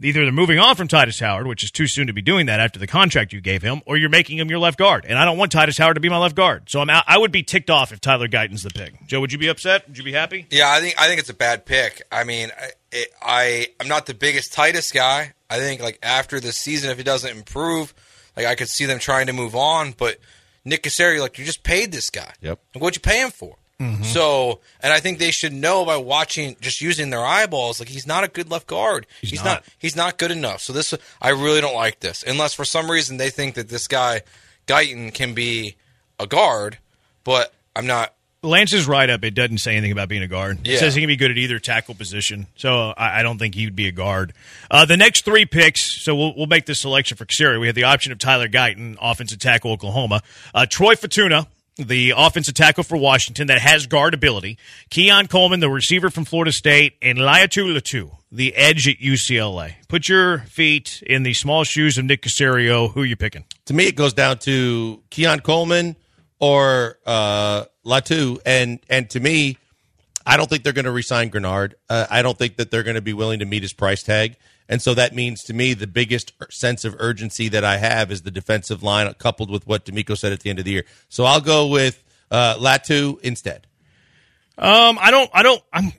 Speaker 2: either they're moving on from Titus Howard, which is too soon to be doing that after the contract you gave him, or you're making him your left guard. And I don't want Titus Howard to be my left guard, so I'm out. I would be ticked off if Tyler Guyton's the pick. Joe, would you be upset? Would you be happy?
Speaker 4: Yeah, I think I think it's a bad pick. I mean, I- it, I I'm not the biggest Titus guy. I think like after this season, if he doesn't improve, like I could see them trying to move on. But Nick Casario, like you just paid this guy.
Speaker 3: Yep.
Speaker 4: Like, what'd you pay him for? So, and I think they should know by watching, just using their eyeballs. Like he's not a good left guard. He's, not.
Speaker 2: not.
Speaker 4: He's not good enough. So this, I really don't like this. Unless for some reason they think that this guy Guyton can be a guard, but I'm not.
Speaker 2: Lance's write up, it doesn't say anything about being a guard. It
Speaker 4: Yeah.
Speaker 2: says he can be good at either tackle position. So uh, I, I don't think he'd be a guard. Uh, the next three picks, so we'll, we'll make this selection for Xeri. We have the option of Tyler Guyton, offensive tackle, Oklahoma. Uh, Troy Fatuna, the offensive tackle for Washington that has guard ability. Keon Coleman, the receiver from Florida State. And Liatu Latu, the edge at UCLA. Put your feet in the small shoes of Nick Casario. Who are you picking?
Speaker 3: to me, it goes down to Keon Coleman or uh, Latu, and and to me, I don't think they're going to resign Grenard. Uh, I don't think that they're going to be willing to meet his price tag, and so that means to me the biggest ur- sense of urgency that I have is the defensive line, coupled with what D'Amico said at the end of the year. So I'll go with uh, Latu instead?
Speaker 2: Um, I don't, I don't, I'm,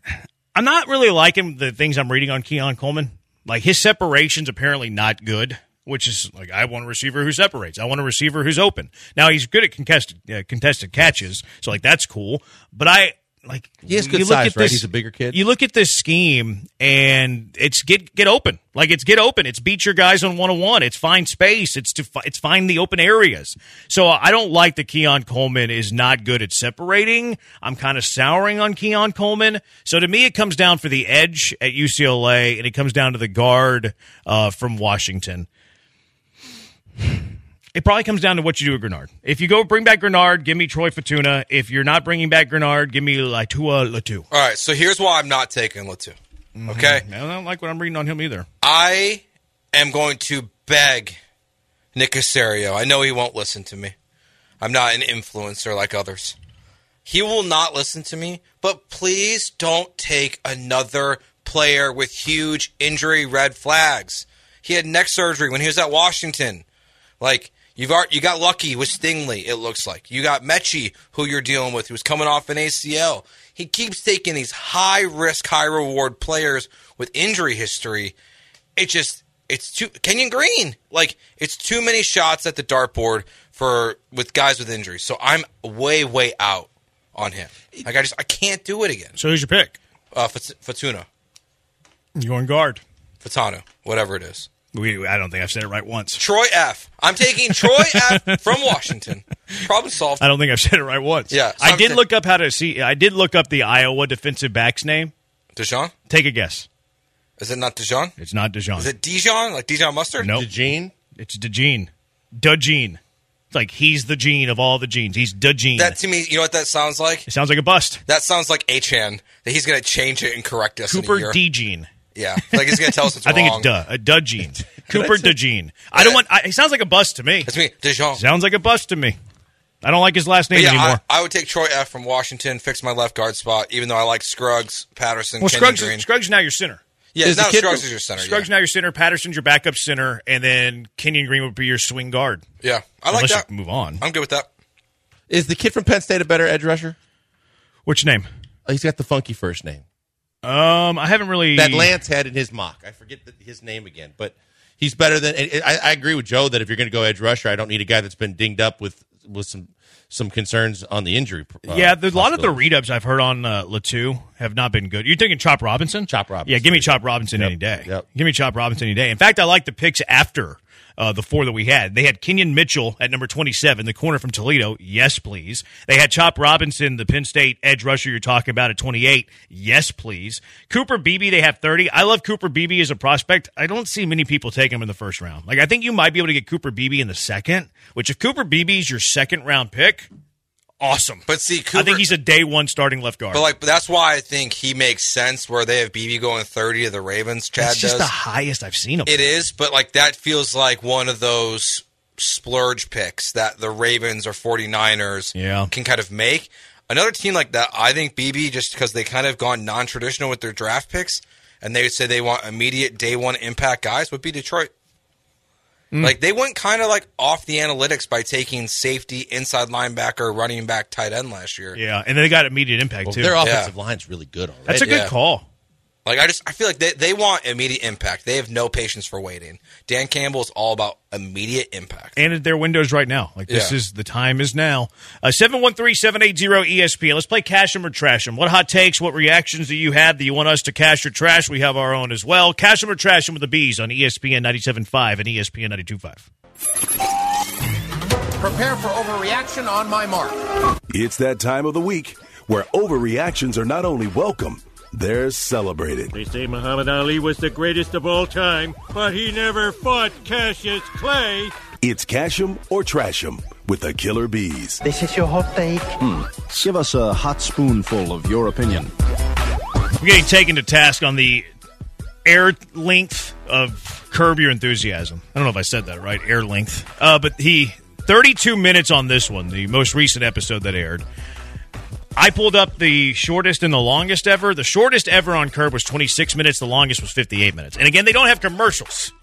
Speaker 2: I'm not really liking the things I'm reading on Keon Coleman. Like his separation's apparently not good, which is like I want a receiver who separates. I want a receiver who's open. Now he's good at contested uh, contested catches, so like that's cool. But I like
Speaker 3: He has good
Speaker 2: you
Speaker 3: size, right? He's a bigger kid.
Speaker 2: You look at this scheme and it's get get open. Like it's get open. It's beat your guys on one on one. It's find space. It's to fi- it's find the open areas. So I don't like that Keon Coleman is not good at separating. I'm kind of souring on Keon Coleman. So to me, it comes down for the edge at UCLA, and it comes down to the guard uh, from Washington. It probably comes down to what you do with Grenard. If you go bring back Grenard, give me Troy Fatuna. If you're not bringing back Grenard, give me Latua Latu.
Speaker 4: All right, so here's why I'm not taking Latu. Okay,
Speaker 2: I don't like what I'm reading on him either.
Speaker 4: I am going to beg Nick Casario. I know he won't listen to me. I'm not an influencer like others. He will not listen to me, but please don't take another player with huge injury red flags. He had neck surgery when he was at Washington. Like you've already, you got lucky with Stingley. It looks like you got Mechie, who you're dealing with, who's coming off an ACL. He keeps taking these high risk, high reward players with injury history. It just it's too Kenyon Green. Like it's too many shots at the dartboard for with guys with injuries. So I'm way way out on him. Like I just I can't do it again.
Speaker 2: So who's your pick?
Speaker 4: Uh, Fat- Fatuna,
Speaker 2: You're on guard.
Speaker 4: Fatano, whatever it is.
Speaker 2: We, I don't think I've said it right once.
Speaker 4: Troy F. I'm taking Troy F. from Washington. Problem solved.
Speaker 2: I don't think I've said it right once.
Speaker 4: Yeah,
Speaker 2: I did
Speaker 4: something-
Speaker 2: look up how to see. I did look up the Iowa defensive back's name.
Speaker 4: Dijon.
Speaker 2: Take a guess.
Speaker 4: Is it not Dijon?
Speaker 2: It's not Dijon.
Speaker 4: Is it Dijon? Like Dijon mustard?
Speaker 2: Nope.
Speaker 3: DeJean?
Speaker 2: It's DeGene. DeGene. It's like he's the gene of all the genes. He's DeGene.
Speaker 4: That to me, you know what that sounds like?
Speaker 2: it sounds like a bust.
Speaker 4: That sounds like Achan. That he's going to change it and correct us. in a
Speaker 2: Cooper
Speaker 4: year.
Speaker 2: D Gene.
Speaker 4: Yeah, like he's going to tell us it's
Speaker 2: I think
Speaker 4: wrong.
Speaker 2: it's duh. A duh gene. Cooper DeGene. I don't want. I, he sounds like a bust to me.
Speaker 4: It's me, Dijon.
Speaker 2: Sounds like a bust to me. I don't like his last name
Speaker 4: yeah,
Speaker 2: anymore.
Speaker 4: I, I would take Troy F from Washington, fix my left guard spot, even though I like Scruggs, Patterson,
Speaker 2: well,
Speaker 4: Kenyon
Speaker 2: Scruggs.
Speaker 4: Green.
Speaker 2: Scruggs is now your center.
Speaker 4: yeah,
Speaker 3: Is the
Speaker 4: now
Speaker 3: kid
Speaker 4: Scruggs
Speaker 3: from-
Speaker 4: is your center.
Speaker 2: Scruggs
Speaker 4: yeah.
Speaker 2: now your center, Patterson's your backup center, and then Kenyon Green would be your swing guard.
Speaker 4: yeah, I like
Speaker 2: Unless
Speaker 4: that.
Speaker 2: you move on.
Speaker 4: I'm good with that.
Speaker 3: Is the kid from Penn State a better edge rusher?
Speaker 2: Which name?
Speaker 3: Oh, he's got the funky first name
Speaker 2: Um, I haven't really.
Speaker 3: that Lance had in his mock. I forget the, his name again, but he's better than. I, I- I agree with Joe that if you're going to go edge rusher, I don't need a guy that's been dinged up with with some some concerns on the injury. uh,
Speaker 2: Yeah, the, a lot of the
Speaker 3: possibility.
Speaker 2: read-ups I've heard on uh, Latu have not been good. You're thinking Chop Robinson?
Speaker 3: Chop Robinson.
Speaker 2: Yeah, give me Chop Robinson any day.
Speaker 3: yep.
Speaker 2: Give me Chop Robinson any day. In fact, I like the picks after uh, the four that we had. They had Kenyon Mitchell at number 27, the corner from Toledo. Yes, please. They had Chop Robinson, the Penn State edge rusher you're talking about at 28. Yes, please. Cooper Beebe, they have 30. I love Cooper Beebe as a prospect. I don't see many people take him in the first round. Like, I think you might be able to get Cooper Beebe in the second, which if Cooper Beebe's your second round pick, awesome.
Speaker 4: But see, Cooper,
Speaker 2: I think he's a day one starting left guard.
Speaker 4: But like, but that's why I think he makes sense where they have BB going thirty to the Ravens. Chad
Speaker 2: That's just
Speaker 4: does.
Speaker 2: the highest I've seen him.
Speaker 4: It is, but like that feels like one of those splurge picks that the Ravens or 49ers
Speaker 2: Yeah.
Speaker 4: can kind of make. Another team like that, I think BB, just because they kind of gone non traditional with their draft picks and they say they want immediate day one impact guys, would be Detroit.
Speaker 2: Mm.
Speaker 4: Like they went kind of like off the analytics by taking safety, inside linebacker, running back, tight end last year.
Speaker 2: Yeah, and they got immediate impact
Speaker 3: Well,
Speaker 2: too.
Speaker 3: their offensive
Speaker 4: Yeah.
Speaker 3: line's really good already.
Speaker 2: That's a good
Speaker 4: yeah.
Speaker 2: call.
Speaker 4: Like I just I feel like they, they want immediate impact. They have no patience for waiting. Dan Campbell is all about immediate impact.
Speaker 2: And at their windows right now. Like this
Speaker 4: Yeah.
Speaker 2: is the time is now. Uh, Seven one three seven eight zero E ESPN. Let's play cash 'em or trash 'em. What hot takes? What reactions do you have that you want us to cash or trash? We have our own as well. Cash 'em or trash 'em with the bees on E ESPN ninety seven five and E ESPN ninety two five.
Speaker 5: Prepare for overreaction on my mark.
Speaker 1: It's that time of the week where overreactions are not only welcome, they're celebrated.
Speaker 6: They say Muhammad Ali was the greatest of all time, but he never fought Cassius Clay.
Speaker 1: It's cash 'em or trash 'em with the Killer Bees.
Speaker 7: This is your hot take.
Speaker 8: Hmm. Give us a hot spoonful of your opinion.
Speaker 2: I'm getting taken to task on the air length of Curb Your Enthusiasm. I don't know if I said that right, air length. Uh, but he, 32 minutes on this one, the most recent episode that aired. I pulled up the shortest and the longest ever. The shortest ever on Curb was 26 minutes. The longest was 58 minutes. And again, they don't have commercials.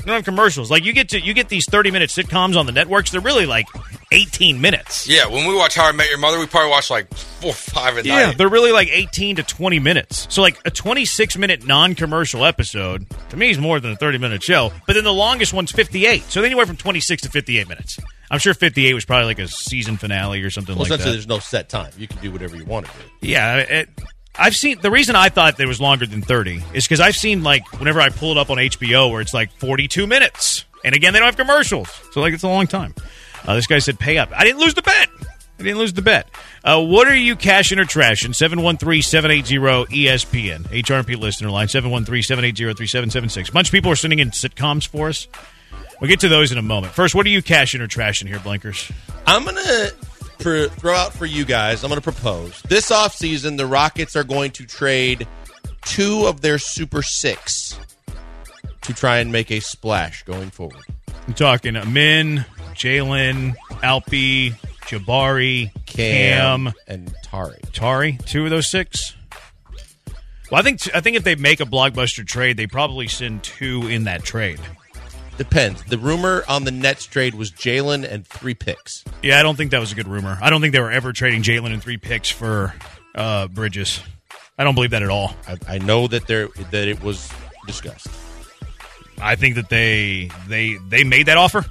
Speaker 2: They don't have commercials. Like you get to you get these 30 minute sitcoms on the networks. They're really like 18 minutes.
Speaker 4: Yeah, when we watch How I Met Your Mother, we probably watch like four, five a
Speaker 2: Yeah,
Speaker 4: night.
Speaker 2: they're really like 18 to 20 minutes. So, like a 26 minute non commercial episode, to me, is more than a 30 minute show. But then the longest one's 58. So, anywhere from 26 to 58 minutes. I'm sure 58 was probably like a season finale or something
Speaker 3: Well,
Speaker 2: like
Speaker 3: essentially,
Speaker 2: that.
Speaker 3: there's no set time. You can do whatever you want to do.
Speaker 2: Yeah. It, I've seen the reason I thought that it was longer than 30 is because I've seen like whenever I pull it up on HBO where it's like 42 minutes. And again, they don't have commercials. So, like, it's a long time. Uh, this guy said pay up. I didn't lose the bet. I didn't lose the bet. Uh, what are you cashing or trashing? 713 780 ESPN. HRP listener line 713 780 3776. Bunch of people are sending in sitcoms for us. We'll get to those in a moment. First, what are you cashing or trashing here, Blinkers?
Speaker 3: I'm going to pr- throw out for you guys, I'm going to propose. This offseason, the Rockets are going to trade two of their Super Six to try and make a splash going forward.
Speaker 2: I'm talking Min, Jalen, Alpi, Jabari, Cam,
Speaker 3: and Tari.
Speaker 2: Tari. Two of those six. Well, I think I think if they make a blockbuster trade, they probably send two in that trade.
Speaker 3: Depends. The rumor on the Nets trade was Jalen and three picks.
Speaker 2: Yeah, I don't think that was a good rumor. I don't think they were ever trading Jalen and three picks for uh, Bridges. I don't believe that at all.
Speaker 3: I, I know that there that it was discussed.
Speaker 2: I think that they they they made that offer.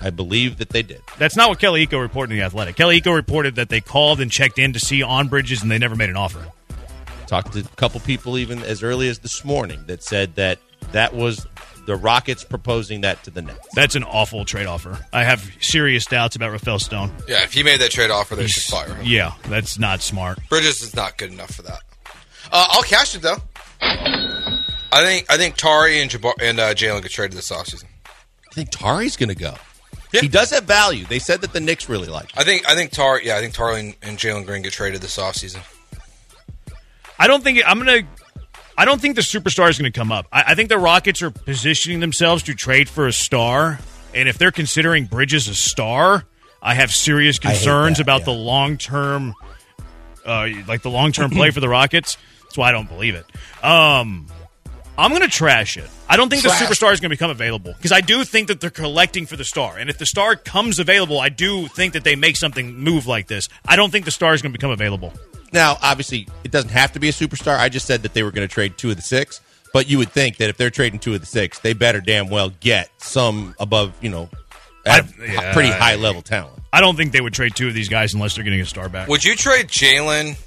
Speaker 3: I believe that they did.
Speaker 2: That's not what Kelly Eco reported in the Athletic. Kelly Eco reported that they called and checked in to see on Bridges, and they never made an offer.
Speaker 3: Talked to a couple people even as early as this morning that said that that was the Rockets proposing that to the Nets.
Speaker 2: That's an awful trade offer. I have serious doubts about Rafael Stone.
Speaker 4: yeah, if he made that trade offer, they should fire him.
Speaker 2: Yeah, that's not smart.
Speaker 4: Bridges is not good enough for that. Uh, I'll cash it though. I think I think Tari and Jabbar and uh, Jalen get traded this offseason.
Speaker 3: I think Tari's going to go.
Speaker 4: Yeah.
Speaker 3: He does have value. They said that the Knicks really like him.
Speaker 4: I think I think Tari yeah I think Tari and, and Jalen Green get traded this offseason.
Speaker 2: I don't think I'm gonna. I don't think the superstar is going to come up. I, I think the Rockets are positioning themselves to trade for a star, and if they're considering Bridges a star, I have serious concerns
Speaker 3: that,
Speaker 2: about
Speaker 3: yeah.
Speaker 2: the long term, uh, like the long term play for the Rockets. That's why I don't believe it. Um, I'm going to trash it. I don't think the superstar is going to become available because I do think that they're collecting for the star. And if the star comes available, I do think that they make something move like this. I don't think the star is going to become available.
Speaker 3: Now, obviously, it doesn't have to be a superstar. I just said that they were going to trade two of the six, but you would think that if they're trading two of the six, they better damn well get some above, you know, at
Speaker 2: I-
Speaker 3: a h-
Speaker 2: yeah,
Speaker 3: pretty
Speaker 2: I-
Speaker 3: high level talent.
Speaker 2: I don't think they would trade two of these guys unless they're getting a star back.
Speaker 4: Would you trade Jalen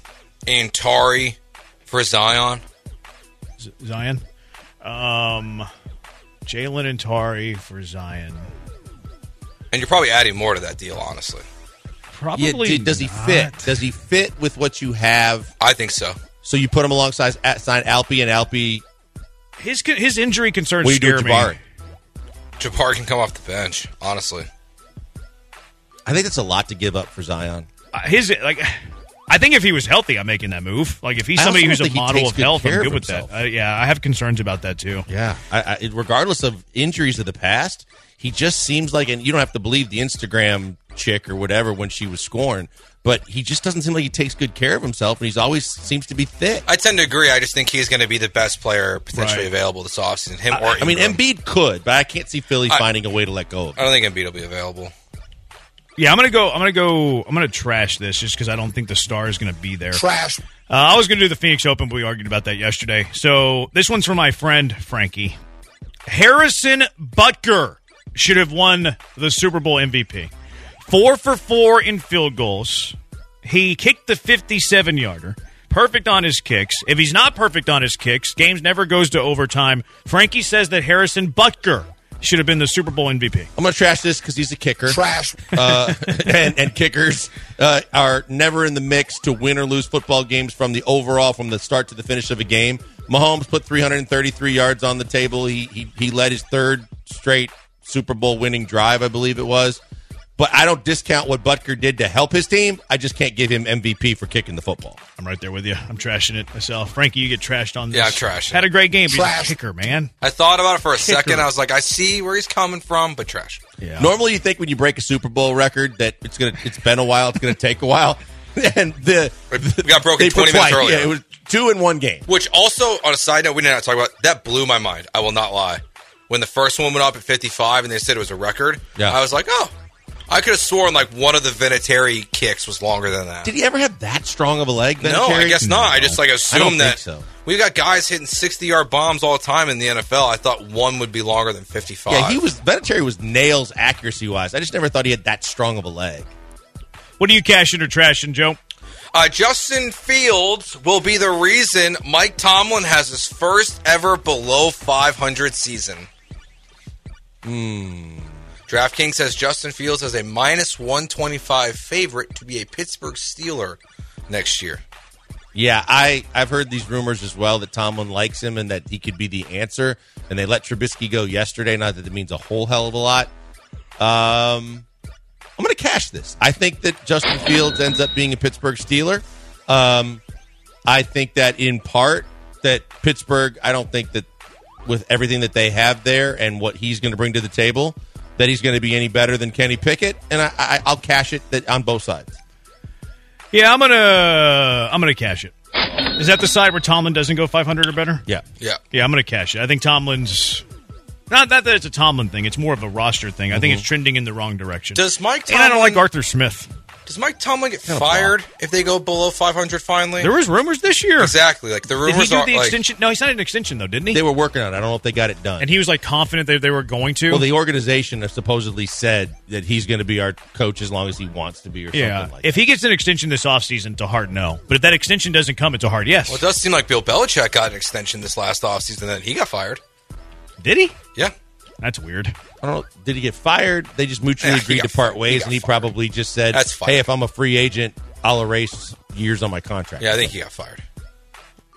Speaker 4: and Tari for Zion?
Speaker 2: Z- Zion, um, Jalen and Tari for Zion.
Speaker 4: And you're probably adding more to that deal, honestly.
Speaker 2: Probably.
Speaker 3: Yeah, did- does he
Speaker 2: not.
Speaker 3: fit? Does he fit with what you have?
Speaker 4: I think so.
Speaker 3: So you put him alongside at sign Alpi and Alpi.
Speaker 2: His con- his injury concerns
Speaker 3: What do you do
Speaker 2: scare
Speaker 3: with
Speaker 2: me.
Speaker 3: Jabari?
Speaker 4: Jabbar can come off the bench, honestly.
Speaker 3: I think that's a lot to give up for Zion.
Speaker 2: Uh, His like. I think if he was healthy, I'm making that move. Like if he's
Speaker 3: I also
Speaker 2: somebody
Speaker 3: don't
Speaker 2: who's a
Speaker 3: think he
Speaker 2: model
Speaker 3: takes
Speaker 2: of
Speaker 3: good
Speaker 2: health,
Speaker 3: care
Speaker 2: I'm
Speaker 3: of
Speaker 2: good with that.
Speaker 3: himself.
Speaker 2: Uh, yeah, I have concerns about that too.
Speaker 3: Yeah, I, I, regardless of injuries of the past, he just seems like, and you don't have to believe the Instagram chick or whatever when she was scorned, but he just doesn't seem like he takes good care of himself, and he's always seems to be thick.
Speaker 4: I tend to agree. I just think he's going to be the best player potentially
Speaker 2: Right.
Speaker 4: available this offseason. Him or
Speaker 3: I, I mean,
Speaker 4: Ingram.
Speaker 3: Embiid could, but I can't see Philly
Speaker 4: I-
Speaker 3: finding a way to let go of.
Speaker 4: I
Speaker 3: him.
Speaker 4: don't think Embiid will be available.
Speaker 2: Yeah, I'm gonna go. I'm gonna go. I'm gonna trash this just because I don't think the star is gonna be there. Trash. Uh, I was gonna do the Phoenix Open, but we argued about that yesterday. So this one's from my friend Frankie. Harrison Butker should have won the Super Bowl MVP. Four for four in field goals. He kicked the 57 yarder. Perfect on his kicks. If he's not perfect on his kicks, games never goes to overtime. Frankie says that Harrison Butker should have been the Super Bowl MVP.
Speaker 3: I'm gonna trash this because he's a kicker. Trash. Uh, and and kickers uh, are never in the mix to win or lose football games from the overall, from the start to the finish of a game. Mahomes put 333 yards on the table. He he, he led his third straight Super Bowl winning drive, I believe it was. But I don't discount what Butker did to help his team. I just can't give him MVP for kicking the football.
Speaker 2: I'm right there with you. I'm trashing it myself. Frankie, you get trashed on this.
Speaker 4: Yeah, I'm trashing
Speaker 2: Had
Speaker 4: it.
Speaker 2: a great game. but he's a kicker, man.
Speaker 4: I thought about it for a second. I was like, I see where he's coming from, but trash.
Speaker 3: Normally, you think when you break a Super Bowl record that it's gonna it's been a while, it's gonna take a while, and the
Speaker 4: We got broken
Speaker 3: they put
Speaker 4: 20 minutes
Speaker 3: twice.
Speaker 4: earlier.
Speaker 3: Yeah, it was two in one game.
Speaker 4: Which also, on a side note, we did not talk about that. Blew my mind. I will not lie. When the first one went up at 55 and they said it was a record,
Speaker 3: Yeah.
Speaker 4: I was like, oh, I could have sworn like one of the Vinatieri kicks was longer than that.
Speaker 3: Did he ever have that strong of a leg?
Speaker 4: no, I
Speaker 3: Vinatieri?
Speaker 4: guess not. I
Speaker 3: No.
Speaker 4: just
Speaker 3: I
Speaker 4: like
Speaker 3: don't
Speaker 4: assumed that.
Speaker 3: Think so.
Speaker 4: We've got guys hitting 60 yard bombs all the time in the NFL. I thought one would be longer than 55.
Speaker 3: Yeah, he was. Vinatieri was nails accuracy wise. I just never thought he had that strong of a leg.
Speaker 2: What are you cashing or trashing, Joe?
Speaker 4: Uh, Justin Fields will be the reason Mike Tomlin has his first ever below 500 season. Hmm.
Speaker 2: Hmm.
Speaker 4: DraftKings says Justin Fields has a minus 125 favorite to be a Pittsburgh Steeler next year.
Speaker 3: Yeah, I I've heard these rumors as well that Tomlin likes him and that he could be the answer. And they let Trubisky go yesterday. Not that it means a whole hell of a lot. Um, I'm going to cash this. I think that Justin Fields ends up being a Pittsburgh Steeler. Um, I think that in part that Pittsburgh. I don't think that with everything that they have there and what he's going to bring to the table, that he's going to be any better than Kenny Pickett. And I, I I'll cash it that on both sides.
Speaker 2: Yeah, I'm gonna uh, I'm gonna cash it. Is that the side where Tomlin doesn't go 500 or better?
Speaker 3: Yeah.
Speaker 4: Yeah.
Speaker 2: Yeah, I'm going to cash it. I think Tomlin's not, not that it's a Tomlin thing. It's more of a roster thing. I think it's trending in the wrong direction.
Speaker 4: Does Mike
Speaker 2: and I don't like
Speaker 4: Tomlin-
Speaker 2: Arthur Smith.
Speaker 4: Does Mike Tomlin get fired if they go below 500 finally?
Speaker 2: There was rumors this year.
Speaker 4: exactly. Like the
Speaker 2: Did
Speaker 4: rumors
Speaker 2: he do
Speaker 4: are
Speaker 2: the
Speaker 4: like
Speaker 2: extension? No, he signed an extension though, didn't he?
Speaker 3: They were working on it. I don't know if they got it done.
Speaker 2: and he was like confident that they were going to.
Speaker 3: Well, the organization has supposedly said that he's going to be our coach as long as he wants to be, or
Speaker 2: yeah.
Speaker 3: something like
Speaker 2: If he gets an extension this offseason, to hard no. But if that extension doesn't come, it's a hard yes.
Speaker 4: Well, it does seem like Bill Belichick got an extension this last offseason and he got fired.
Speaker 2: Did he?
Speaker 4: Yeah.
Speaker 2: That's weird.
Speaker 3: that. I don't know. Did he get fired? They just mutually
Speaker 4: Yeah, he
Speaker 3: agreed
Speaker 4: got
Speaker 3: to part
Speaker 4: fired. He
Speaker 3: ways,
Speaker 4: got
Speaker 3: and he
Speaker 4: fired.
Speaker 3: probably just said,
Speaker 4: That's fine.
Speaker 3: "Hey, if I'm a free agent, I'll erase years on my contract."
Speaker 4: Yeah, I think he got fired.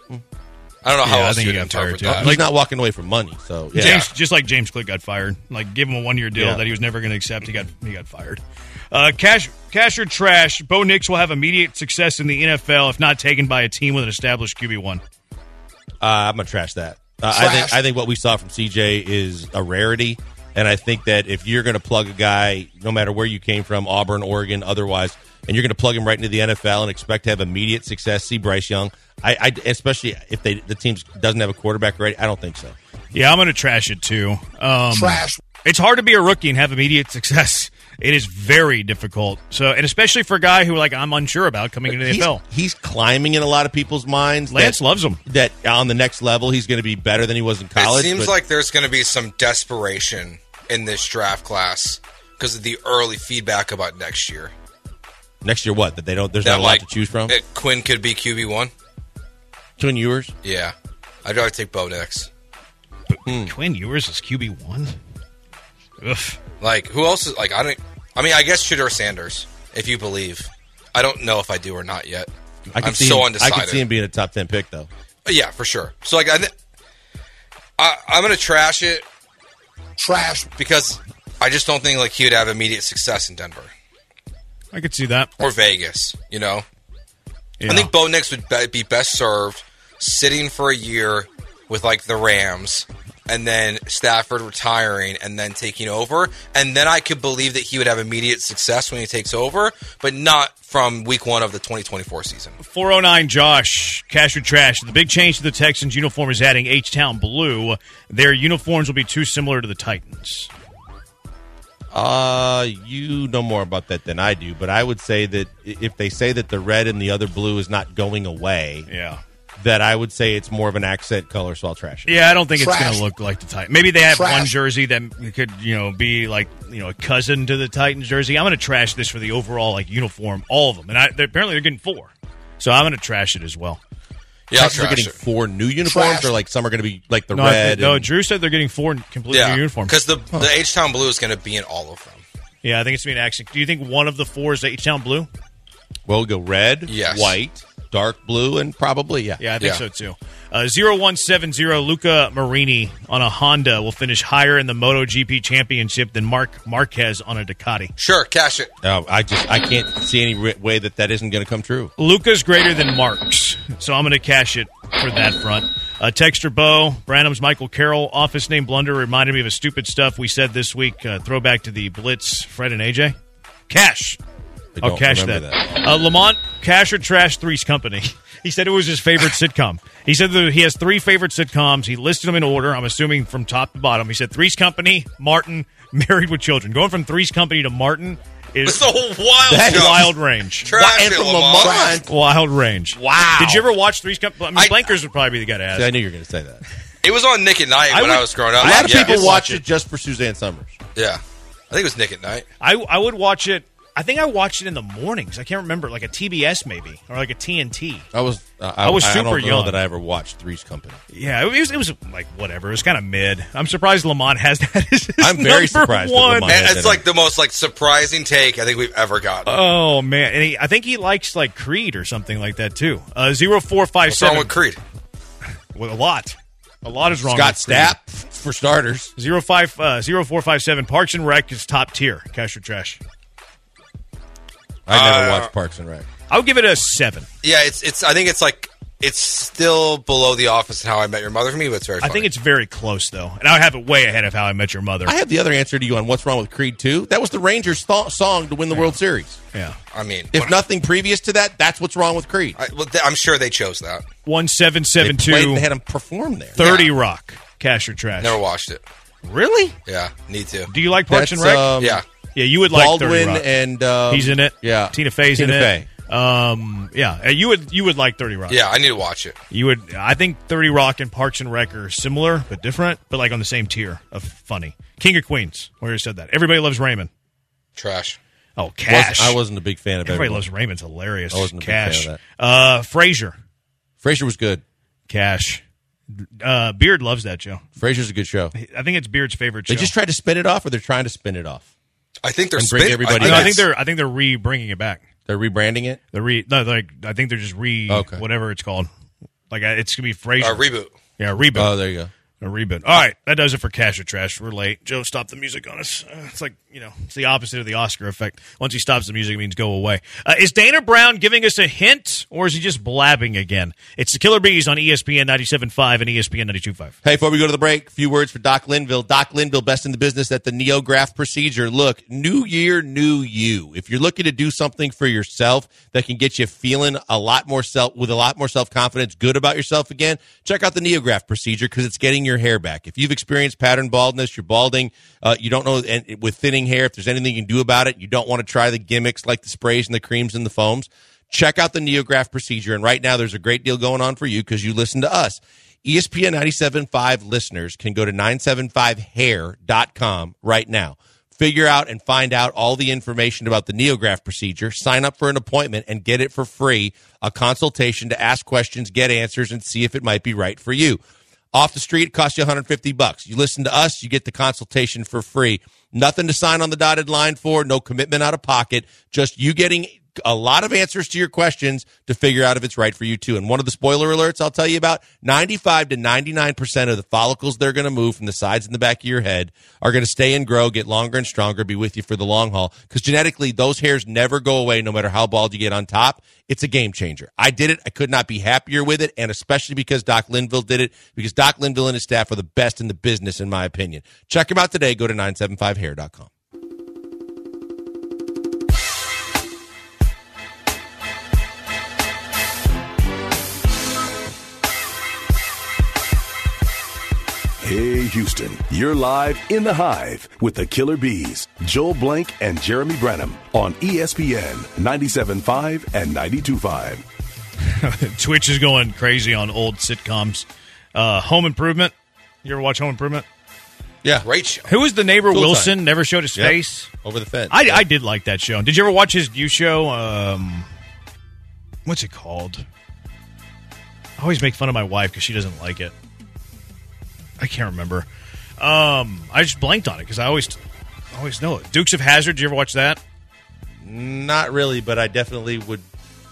Speaker 4: I don't know how
Speaker 2: Yeah, I
Speaker 4: else
Speaker 2: think
Speaker 4: you
Speaker 2: he
Speaker 4: would
Speaker 2: got fired,
Speaker 4: interpret
Speaker 2: too.
Speaker 4: that.
Speaker 3: he's not walking away from money. So yeah,
Speaker 2: James, just like James Click got fired. Like, give him a one year deal
Speaker 3: Yeah.
Speaker 2: that he was never going to accept. He got he got fired. Uh, cash, cash or trash. Bo Nix will have immediate success in the NFL if not taken by a team with an established QB one.
Speaker 3: Uh, I'm gonna trash that. Uh, I think I think what we saw from CJ is a rarity, and I think that if you're gonna plug a guy, no matter where you came from, Auburn, Oregon, otherwise, and you're gonna plug him right into the NFL and expect to have immediate success, see Bryce Young. I, I especially if they the team doesn't have a quarterback ready, I don't think so.
Speaker 2: Yeah, I'm going to trash it too. Um,
Speaker 7: Trash.
Speaker 2: It's hard to be a rookie and have immediate success. It is very difficult. So, and especially for a guy who like I'm unsure about coming into the
Speaker 3: He's,
Speaker 2: NFL.
Speaker 3: he's climbing in a lot of people's minds.
Speaker 2: Lance
Speaker 3: that,
Speaker 2: loves him.
Speaker 3: that on the next level he's gonna be better than he was in college.
Speaker 4: it seems
Speaker 3: but-
Speaker 4: like there's going to be some desperation in this draft class because of the early feedback about next year.
Speaker 3: next year, what that they don't. There's not a lot
Speaker 4: like,
Speaker 3: to choose from.
Speaker 4: that Quinn could be QB one.
Speaker 3: Twin Ewers.
Speaker 4: Yeah, I'd rather take Bo Nix.
Speaker 2: Quinn Ewers is QB one. Ugh.
Speaker 4: Like who else is like I don't. I mean, I guess Shador Sanders, if you believe. I don't know if I do or not yet.
Speaker 3: I can
Speaker 4: am
Speaker 3: see
Speaker 4: so
Speaker 3: him,
Speaker 4: undecided.
Speaker 3: I can see him being a top ten pick though.
Speaker 4: Yeah, for sure. So like I, th- I I'm gonna trash it
Speaker 7: Trash.
Speaker 4: because I just don't think like he would have immediate success in Denver
Speaker 2: I could see that.
Speaker 4: or Vegas. You know,
Speaker 2: Yeah.
Speaker 4: I think Bo Nix would be, be best served sitting for a year with like the Rams. And then Stafford retiring and then taking over. And then I could believe that he would have immediate success when he takes over, but not from week one of the 2024 season.
Speaker 2: 409 Josh, cash or trash. The big change to the Texans' uniform is adding H Town Blue. Their uniforms will be too similar to the Titans.
Speaker 3: Uh, you know more about that than I do, but I would say that i- if they say that the red and the other blue is not going away,
Speaker 2: Yeah.
Speaker 3: that I would say it's more of an accent color, so I'll trash it.
Speaker 2: Yeah, I don't think it's
Speaker 7: Trash.
Speaker 2: going to look like the Titans. Maybe they have
Speaker 7: Trash.
Speaker 2: one jersey that could, you know, be like, you know, a cousin to the Titans jersey. I'm going to trash this for the overall, like, uniform, all of them. And I, they're, apparently they're getting four. So I'm going to trash it as well.
Speaker 4: Yeah, I'll
Speaker 3: Texans are
Speaker 4: trash
Speaker 3: getting
Speaker 4: it.
Speaker 3: four new uniforms,
Speaker 7: Trash.
Speaker 3: or like some are going to be like the
Speaker 2: No, I think-
Speaker 3: red.
Speaker 2: no,
Speaker 3: and-
Speaker 2: Drew said they're getting four completely
Speaker 4: yeah,
Speaker 2: new uniforms.
Speaker 4: Because the, the H Town Blue is going to be in all of them.
Speaker 2: yeah, I think it's going to be an accent. Do you think one of the four is H Town Blue?
Speaker 3: well, we'll go red,
Speaker 4: Yes.
Speaker 3: white, dark blue, and probably yeah.
Speaker 2: Yeah, I think
Speaker 4: Yeah.
Speaker 2: so too. Uh, 0170 Luca Marini on a Honda will finish higher in the MotoGP championship than Mark Marquez on a Ducati.
Speaker 4: Sure, cash it.
Speaker 3: Oh, I just I can't see any ri way that that isn't going to come true.
Speaker 2: Luca's greater than Mark's, so I'm going to cash it for that front. Uh, Texter Bo, Branham's Michael Carroll, office name blunder reminded me of a stupid stuff we said this week. Uh, throwback to the Blitz, Fred and AJ. Cash.
Speaker 3: I
Speaker 2: I'll
Speaker 3: don't
Speaker 2: Oh, cash that.
Speaker 3: remember
Speaker 2: Uh, Lamont, cash or trash Three's Company. He said it was his favorite sitcom. He said that he has three favorite sitcoms. He listed them in order, I'm assuming from top to bottom. He said Three's Company, Martin, Married with Children. Going from Three's Company to Martin It
Speaker 4: It's
Speaker 2: is
Speaker 4: the whole wild.
Speaker 2: that's
Speaker 4: show.
Speaker 2: wild range.
Speaker 4: Trash
Speaker 3: and
Speaker 4: it,
Speaker 3: from
Speaker 4: Lamont.
Speaker 3: Lamont.
Speaker 2: Wild range.
Speaker 3: Wow.
Speaker 2: Did you ever watch Three's Company? I mean,
Speaker 4: I-
Speaker 2: Blankers would probably be the guy to ask.
Speaker 3: I knew you were going to say that.
Speaker 4: It was on Nick at Night
Speaker 2: I
Speaker 4: when
Speaker 2: would-
Speaker 4: I was growing up.
Speaker 3: A lot of
Speaker 4: Yeah.
Speaker 3: people watch it just for Suzanne Summers.
Speaker 4: Yeah, I think it was Nick at Night.
Speaker 2: I I would watch it. I think I watched it in the mornings. I can't remember, like a TBS maybe or like a TNT.
Speaker 3: I was I,
Speaker 2: I was
Speaker 3: I
Speaker 2: super
Speaker 3: don't know
Speaker 2: young.
Speaker 3: that I ever watched Three's Company.
Speaker 2: Yeah, it was, it was like whatever. It was kind of mid. I'm surprised Lamont has that. As his
Speaker 3: I'm very
Speaker 2: number
Speaker 3: surprised that
Speaker 2: One.
Speaker 3: Lamont-
Speaker 4: And
Speaker 3: had
Speaker 4: it's
Speaker 3: that
Speaker 4: like the most like surprising take I think we've ever gotten.
Speaker 2: Oh man, and he, I think he likes like Creed or something like that too. Uh, zero four five
Speaker 4: What's wrong
Speaker 2: seven.
Speaker 4: with Creed?
Speaker 2: Well, a lot, a lot is wrong.
Speaker 3: Scott
Speaker 2: with Creed.
Speaker 3: Stapp for starters.
Speaker 2: Zero five uh, zero four five seven. Parks and Rec is top tier. Cash or trash.
Speaker 3: I never
Speaker 4: Uh,
Speaker 3: watched Parks and Rec.
Speaker 2: I would give it a seven.
Speaker 4: Yeah, it's it's. I think it's like it's still below The Office and How I Met Your Mother for me, but it's very.
Speaker 2: I
Speaker 4: Funny.
Speaker 2: think it's very close though, and I have it way ahead of How I Met Your Mother.
Speaker 3: I have the other answer to you on what's wrong with Creed 2. That was the Rangers th- song to win the World Series.
Speaker 2: yeah,
Speaker 4: I mean,
Speaker 3: If nothing previous to that, that's what's wrong with Creed.
Speaker 4: I, well, th- I'm sure they chose that.
Speaker 2: one seven
Speaker 3: They
Speaker 2: seven
Speaker 3: played and
Speaker 2: two.
Speaker 3: they had him perform there.
Speaker 2: 30
Speaker 4: Yeah.
Speaker 2: Rock. Cash or trash?
Speaker 4: Never watched it.
Speaker 2: Really?
Speaker 4: Yeah, need to.
Speaker 2: Do you like Parks
Speaker 3: That's,
Speaker 2: and Rec?
Speaker 3: um,
Speaker 4: yeah,
Speaker 2: yeah, you would like
Speaker 3: Baldwin
Speaker 2: 30 Rock.
Speaker 3: and um,
Speaker 2: He's in it.
Speaker 3: Yeah,
Speaker 2: Tina Fey's
Speaker 3: Tina
Speaker 2: in
Speaker 3: Fey.
Speaker 2: it. Um, yeah, uh, you would you would like 30 Rock.
Speaker 4: yeah, I need to watch it.
Speaker 2: You would I think 30 Rock and Parks and Rec are similar but different, but like on the same tier of funny. King of Queens. We already said that. Everybody loves Raymond.
Speaker 4: Trash.
Speaker 2: Oh,
Speaker 3: Wasn't-
Speaker 2: Cash.
Speaker 3: I wasn't a big fan of
Speaker 2: Everybody
Speaker 3: everyone.
Speaker 2: loves Raymond's hilarious.
Speaker 3: I wasn't a big fan
Speaker 2: Cash.
Speaker 3: of
Speaker 2: Uh Frasier.
Speaker 3: Frasier was good.
Speaker 2: Cash. Uh Beard loves that show.
Speaker 3: Frasier's a good show. They
Speaker 2: I think it's Beard's favorite show.
Speaker 3: just tried to spin it off, or they're trying to spin it off.
Speaker 4: I think they're
Speaker 3: And bring
Speaker 4: spin-
Speaker 3: everybody
Speaker 2: no, I think they're
Speaker 4: it's-
Speaker 2: I think they're re bringing it back.
Speaker 3: They're rebranding it.
Speaker 2: The re no, like I think they're just re
Speaker 3: Okay.
Speaker 2: whatever it's called. Like uh, it's gonna be Frasier.
Speaker 4: uh, reboot.
Speaker 2: yeah, a reboot.
Speaker 3: Oh, there you go.
Speaker 2: a reboot. All right, that does it for Cash or Trash. We're late. Joe, stop the music on us. Uh, it's like you know, it's the opposite of the Oscar effect. Once he stops the music, it means go away. Uh, is Dana Brown giving us a hint, or is he just blabbing again? It's the Killer Bees on E ESPN 97.5 and E ESPN 92.5.
Speaker 3: Hey, before we go to the break, a few words for Doc Linville. Doc Linville, best in the business at the Neograph procedure. Look, new year, new you. If you're looking to do something for yourself that can get you feeling a lot more self with a lot more self confidence, good about yourself again, check out the Neograph procedure because it's getting your hair back. If you've experienced pattern baldness, you're balding, uh, you don't know, and with thinning hair, if there's anything you can do about it, you don't want to try the gimmicks like the sprays and the creams and the foams. Check out the Neograph procedure. And right now, there's a great deal going on for you because you listen to us. E ESPN 975 listeners can go to 975hair.com right now. Figure out and find out all the information about the Neograph procedure. Sign up for an appointment and get it for free a consultation to ask questions, get answers, and see if it might be right for you. Off the street, it costs you 150 bucks. You listen to us, you get the consultation for free. Nothing to sign on the dotted line for, no commitment out of pocket, just you getting a lot of answers to your questions to figure out if it's right for you too. And one of the spoiler alerts I'll tell you about 95 to 99% of the follicles they're going to move from the sides and the back of your head are going to stay and grow, get longer and stronger, be with you for the long haul. Because genetically, those hairs never go away no matter how bald you get on top. It's a game changer. I did it. I could not be happier with it. And especially because Doc Linville did it, because Doc Linville and his staff are the best in the business, in my opinion. Check them out today. Go to 975hair.com.
Speaker 1: Hey Houston, you're live in the hive with the Killer Bees, Joel Blank and Jeremy Branham on E ESPN 97.5 and 92.5.
Speaker 2: Twitch is going crazy on old sitcoms. Uh, Home Improvement. You ever watch Home Improvement?
Speaker 3: Yeah.
Speaker 4: Great show.
Speaker 2: Who was the neighbor
Speaker 3: Full
Speaker 2: Wilson?
Speaker 3: time.
Speaker 2: Never showed his
Speaker 3: Yep.
Speaker 2: face.
Speaker 3: Over the fence.
Speaker 2: I, I did like that show. Did you ever watch his new show? Um, what's it called? I always make fun of my wife because she doesn't like it. I can't remember. Um, I just blanked on it because I always, I always know it. Dukes of Hazard. Did you ever watch that?
Speaker 3: Not really, but I definitely would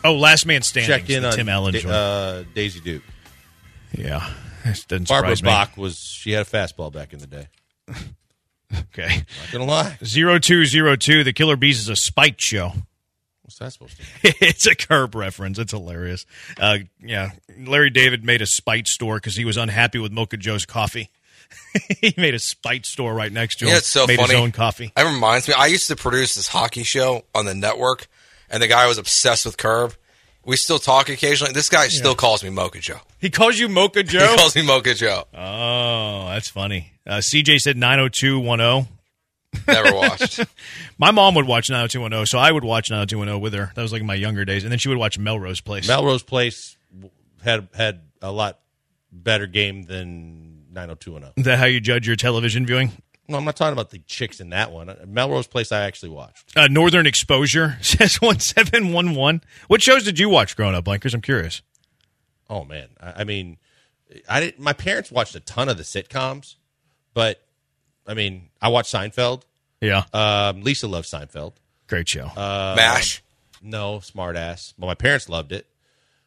Speaker 2: Oh, Last Man Standing.
Speaker 3: check
Speaker 2: It's
Speaker 3: in
Speaker 2: the
Speaker 3: on
Speaker 2: Tim Allen.
Speaker 3: Da-
Speaker 2: joint.
Speaker 3: uh, Daisy Duke.
Speaker 2: yeah, This doesn't
Speaker 3: Barbara
Speaker 2: surprise me.
Speaker 3: Bach was she had a fastball back in the day.
Speaker 2: Okay,
Speaker 3: Not gonna lie.
Speaker 2: zero two zero two. The Killer Bees is a spite show.
Speaker 3: What's that supposed to? be?
Speaker 2: it's a curb reference. It's hilarious. Uh, yeah, Larry David made a spite store because he was unhappy with Mocha Joe's coffee. he made a spite store right next to him.
Speaker 4: Yeah, it's so
Speaker 2: made
Speaker 4: funny.
Speaker 2: his own coffee.
Speaker 4: That reminds me. I used to produce this hockey show on the network, and the guy was obsessed with Curb. We still talk occasionally. This guy still calls me Mocha Joe.
Speaker 2: He calls you Mocha Joe. Uh.
Speaker 4: He calls me Mocha Joe.
Speaker 2: oh, that's funny. Uh, CJ said nine zero two oh one zero.
Speaker 4: Never watched.
Speaker 2: My mom would watch 90210, so I would watch 90210 with her. That was like in my younger days. And then she would watch Melrose Place.
Speaker 3: Melrose Place had had a lot better game than 90210.
Speaker 2: Is that how you judge your television viewing?
Speaker 3: No, I'm not talking about the chicks in that one. Melrose Place, I actually watched.
Speaker 2: Uh, Northern Exposure says 1711. What shows did you watch growing up, Blankers? I'm curious.
Speaker 3: Oh man, I, I mean, I didn't. My parents watched a ton of the sitcoms, but I mean, I watched Seinfeld.
Speaker 2: Yeah.
Speaker 3: Um, Lisa loved Seinfeld.
Speaker 2: Great show.
Speaker 3: uh,
Speaker 4: Um, Mash.
Speaker 3: No, smart ass. Well, my parents loved it.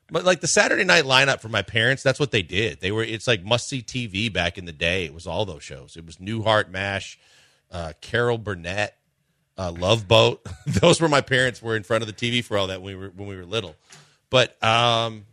Speaker 3: But like the Saturday night lineup for my parents, that's what they did. They were it's like must see TV back in the day. It was all those shows. It was Newhart, Mash, uh, Carol Burnett, uh, Love Boat. those were my parents were in front of the TV for all that when we were when we were little. But um,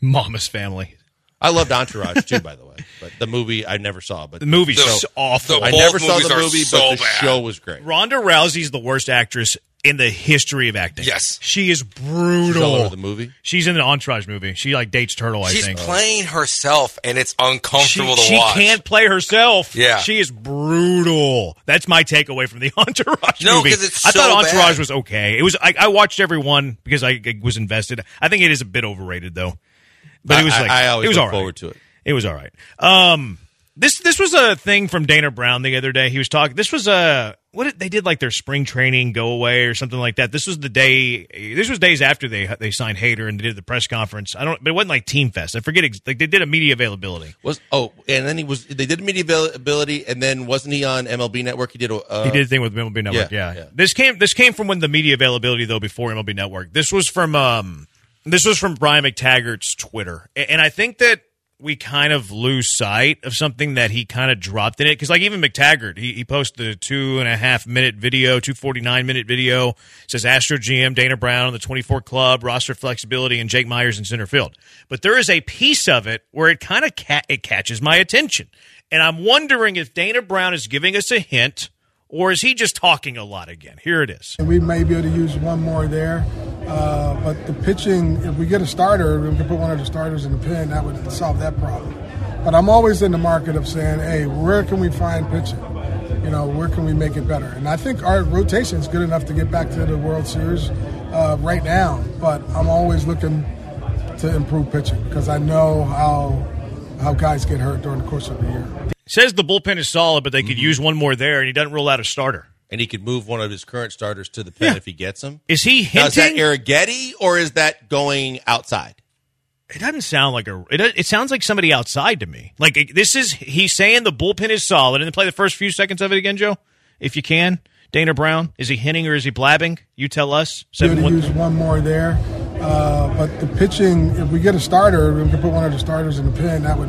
Speaker 2: Mama's Family.
Speaker 3: I loved Entourage too, by the way. But the movie I never saw. But
Speaker 2: The movie's
Speaker 4: The-
Speaker 2: so awful.
Speaker 4: the-
Speaker 3: I
Speaker 4: Both
Speaker 3: never saw
Speaker 4: movies
Speaker 3: the
Speaker 4: are
Speaker 3: movie,
Speaker 4: so
Speaker 3: but the
Speaker 4: bad.
Speaker 3: show was great.
Speaker 2: Ronda Rousey's the worst actress in the history of acting.
Speaker 4: Yes.
Speaker 2: She is
Speaker 3: She's all over
Speaker 2: brutal.
Speaker 3: the movie.
Speaker 2: She's in an Entourage movie. She like dates Turtle, I
Speaker 4: She's
Speaker 2: think.
Speaker 4: playing herself, and it's
Speaker 2: she,
Speaker 4: uncomfortable to
Speaker 2: she
Speaker 4: watch.
Speaker 2: can't play herself.
Speaker 4: Yeah.
Speaker 2: she is brutal. That's my takeaway from the Entourage
Speaker 4: No,
Speaker 2: movie.
Speaker 4: 'cause it's
Speaker 2: I
Speaker 4: so
Speaker 2: thought Entourage
Speaker 4: bad.
Speaker 2: was okay. It was. I, I watched every one because I, I was invested. I think it is a bit overrated though. But it was
Speaker 3: I-
Speaker 2: like
Speaker 3: I always
Speaker 2: it was
Speaker 3: look
Speaker 2: all right.
Speaker 3: forward to it.
Speaker 2: It was all right. Um, this this was a thing from Dana Brown the other day. He was talking. This was a what did, they did like their spring training go away or something like that. This was the day. This was days after they they signed Hader and they did the press conference. I don't. But it wasn't like Team Fest. I forget. ex- Like they did a media availability.
Speaker 3: Was oh, and then he was. They did media availability, and then wasn't he on MLB Network? He did. A, uh,
Speaker 2: He did a thing with MLB Network. Yeah,
Speaker 3: yeah, yeah.
Speaker 2: This came this came from when the media availability though before MLB Network. This was from um this was from Brian McTaggart's Twitter, A- and I think that we kind of lose sight of something that he kind of dropped in it because like even McTaggart he, he posted a two and a half minute video, two forty nine minute video says Astro GM Dana Brown the twenty four club roster flexibility and Jake Myers in center field, but there is a piece of it where it kind of ca- it catches my attention. And I'm wondering if Dana Brown is giving us a hint or is he just talking a lot again? Here it is.
Speaker 9: We may be able to use one more there, uh, but the pitching, if we get a starter, we can put one of the starters in the pen, that would solve that problem. But I'm always in the market of saying, hey, where can we find pitching? You know, where can we make it better? And I think our rotation is good enough to get back to the World Series uh, right now, but I'm always looking to improve pitching because I know how, how guys get hurt during the course of the year.
Speaker 2: Says the bullpen is solid, but they
Speaker 3: Mm-hmm.
Speaker 2: could use one more there, and he doesn't rule out a starter.
Speaker 3: and he could move one of his current starters to the pen
Speaker 2: Yeah.
Speaker 3: if he gets him.
Speaker 2: Is he
Speaker 3: Now, is that
Speaker 2: hinting?
Speaker 3: Arrigetti or is that going outside?
Speaker 2: it doesn't sound like a. It, it sounds like somebody outside to me. Like it- this is he's saying the bullpen is solid, and then play the first few seconds of it again, Joe, if you can. Dana Brown is he hinting or is he blabbing? You tell us.
Speaker 9: Able
Speaker 2: Seven
Speaker 9: to use
Speaker 2: one.
Speaker 9: one more there, uh, but the pitching, if we get a starter, we can put one of the starters in the pen, that would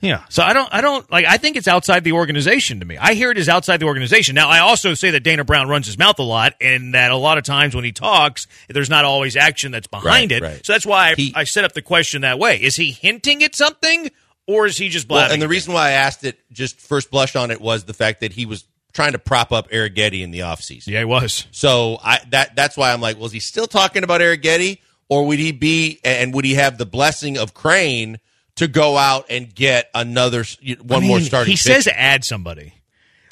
Speaker 2: Yeah. So I don't. I don't like. I think it's outside the organization to me. I hear it is outside the organization. Now I also say that Dana Brown runs his mouth a lot, and that a lot of times when he talks, there's not always action that's behind
Speaker 3: Right,
Speaker 2: it.
Speaker 3: right.
Speaker 2: So that's why I,
Speaker 3: He-
Speaker 2: I set up the question that way: Is he hinting at something, or is he just blabbing?
Speaker 3: Well, and the reason why I asked it just first blush on it was the fact that he was trying to prop up Arrigetti in the offseason.
Speaker 2: yeah, he was.
Speaker 3: So I that that's why I'm like, was he still talking about Arrigetti, or would he be and would he have the blessing of Crane to go out and get another s- you- one more
Speaker 2: I mean,
Speaker 3: starting?
Speaker 2: He
Speaker 3: pitcher?
Speaker 2: says add somebody.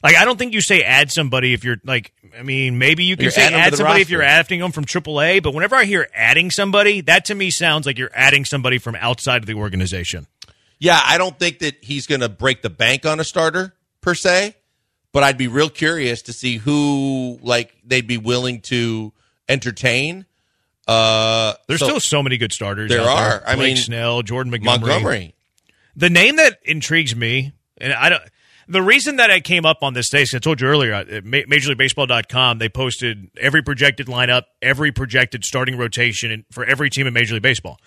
Speaker 2: Like I don't think you say add somebody if you're like I mean maybe you can
Speaker 3: You're
Speaker 2: say
Speaker 3: adding 'em to
Speaker 2: add
Speaker 3: the
Speaker 2: somebody if
Speaker 3: roster.
Speaker 2: you're adding them from AAA, but whenever I hear adding somebody, that to me sounds like you're adding somebody from outside of the organization.
Speaker 3: Yeah, I don't think that he's going to break the bank on a starter per se, but I'd be real curious to see who like they'd be willing to entertain. Uh,
Speaker 2: There's
Speaker 3: so
Speaker 2: still so many good starters.
Speaker 3: There
Speaker 2: out
Speaker 3: are. I
Speaker 2: Blake
Speaker 3: mean,
Speaker 2: Snell, Jordan
Speaker 3: Montgomery.
Speaker 2: The name that intrigues me, and I don't. The reason that I came up on this day, 'cause I told you earlier, uh, at Ma- MajorLeagueBaseball.com, they posted every projected lineup, every projected starting rotation in- for every team in Major League Baseball.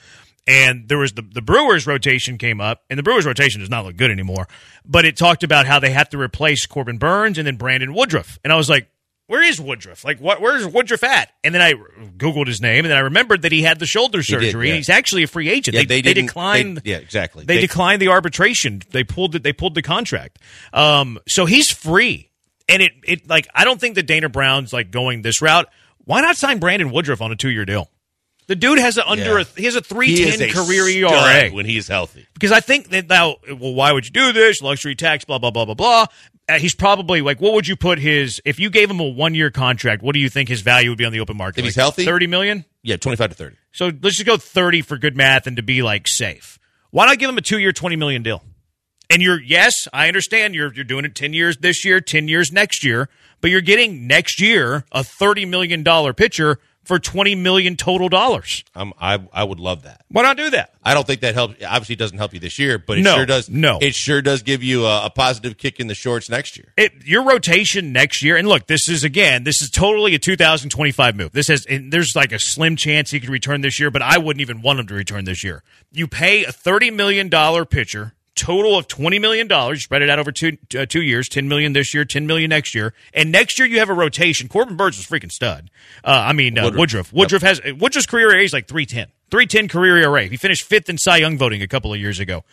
Speaker 2: And there was the, the Brewers rotation came up, and the Brewers rotation does not look good anymore. But it talked about how they have to replace Corbin Burns and then Brandon Woodruff. And I was like, where is Woodruff? Like, what? Where's Woodruff at? And then I googled his name, and then I remembered that he had the shoulder
Speaker 3: did,
Speaker 2: surgery.
Speaker 3: yeah.
Speaker 2: He's actually a free agent.
Speaker 3: Yeah,
Speaker 2: they,
Speaker 3: they
Speaker 2: they
Speaker 3: didn't-
Speaker 2: declined.
Speaker 3: they- yeah, exactly.
Speaker 2: They,
Speaker 3: They-
Speaker 2: declined the arbitration. They pulled it. They pulled the contract. Um, so he's free, and it it like I don't think that Dana Brown's like going this route. Why not sign Brandon Woodruff on a two year deal? The dude has a under
Speaker 3: Yeah.
Speaker 2: a, he has a
Speaker 3: He is
Speaker 2: 310
Speaker 3: E a
Speaker 2: career
Speaker 3: stud
Speaker 2: ERA.
Speaker 3: when he's healthy.
Speaker 2: Because I think that now, well, why would you do this? Luxury tax, blah, blah, blah, blah, blah. Uh, he's probably like, what would you put his, if you gave him a one year contract, what do you think his value would be on the open market?
Speaker 3: If he's
Speaker 2: Like
Speaker 3: healthy?
Speaker 2: 30 million?
Speaker 3: Yeah, twenty five to thirty.
Speaker 2: So let's just go 30 for good math and to be like safe. Why not give him a two year, 20 million deal? And you're, yes, I understand you're, you're doing it 10 years this year, 10 years next year, but you're getting next year a $30 million pitcher for 20 million total dollars.
Speaker 3: I'm, I I would love that.
Speaker 2: Why not do that?
Speaker 3: I don't think that helps. Obviously, it doesn't help you this year, but it
Speaker 2: No,
Speaker 3: sure does.
Speaker 2: no.
Speaker 3: it sure does give you a, a positive kick in the shorts next year.
Speaker 2: It, your rotation next year, and look, this is again, this is totally a 2025 move. This has, and there's like a slim chance he could return this year, but I wouldn't even want him to return this year. You pay a 30 million dollar pitcher, total of 20 million dollars, spread it out over two uh, two years, 10 million this year, 10 million next year, and next year you have a rotation. Corbin Burns is freaking stud. Uh, I mean uh, Woodruff. Woodruff, has uh, Woodruff's career ERA is like 310, 310 career ERA. He finished fifth in Cy Young voting a couple of years ago.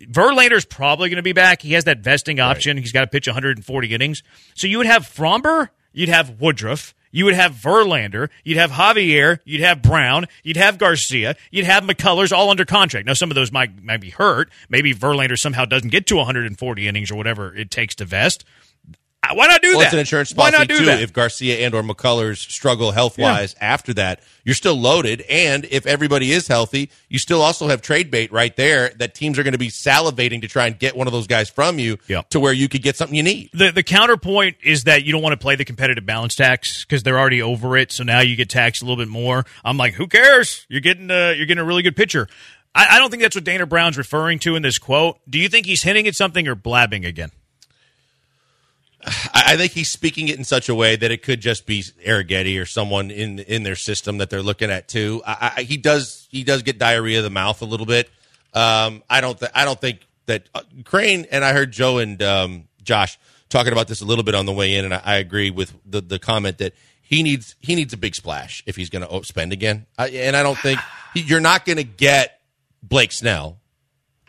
Speaker 2: Verlander's probably going to be back. He has that vesting option. He's got to pitch 140 innings. So you would have Fromber, you'd have Woodruff, you would have Verlander, you'd have Javier, you'd have Brown, you'd have Garcia, you'd have McCullers all under contract. Now some of those might might be hurt. Maybe Verlander somehow doesn't get to 140 innings or whatever it takes to vest. Uh, Why not do
Speaker 3: Well,
Speaker 2: that?
Speaker 3: it's an insurance
Speaker 2: Why
Speaker 3: policy
Speaker 2: not do
Speaker 3: too.
Speaker 2: that?
Speaker 3: If Garcia and or McCullers struggle health wise after that, you're still loaded. And if everybody is healthy, you still also have trade bait right there that teams are going to be salivating to try and get one of those guys from you
Speaker 2: Yeah.
Speaker 3: to where you could get something you need.
Speaker 2: the the counterpoint is that you don't want to play the competitive balance tax because they're already over it. So now you get taxed a little bit more. I'm like, who cares? You're getting uh, you're getting a really good pitcher. I, I don't think that's what Dana Brown's referring to in this quote. Do you think he's hinting at something or blabbing again?
Speaker 3: I, I think he's speaking it in such a way that it could just be Arrighetti or someone in in their system that they're looking at too. I, I, he does he does get diarrhea of the mouth a little bit. Um, I don't th- I don't think that uh, Crane and I heard Joe and um, Josh talking about this a little bit on the way in, and I, I agree with the the comment that he needs he needs a big splash if he's going to spend again. I, and I don't think you're not going to get Blake Snell,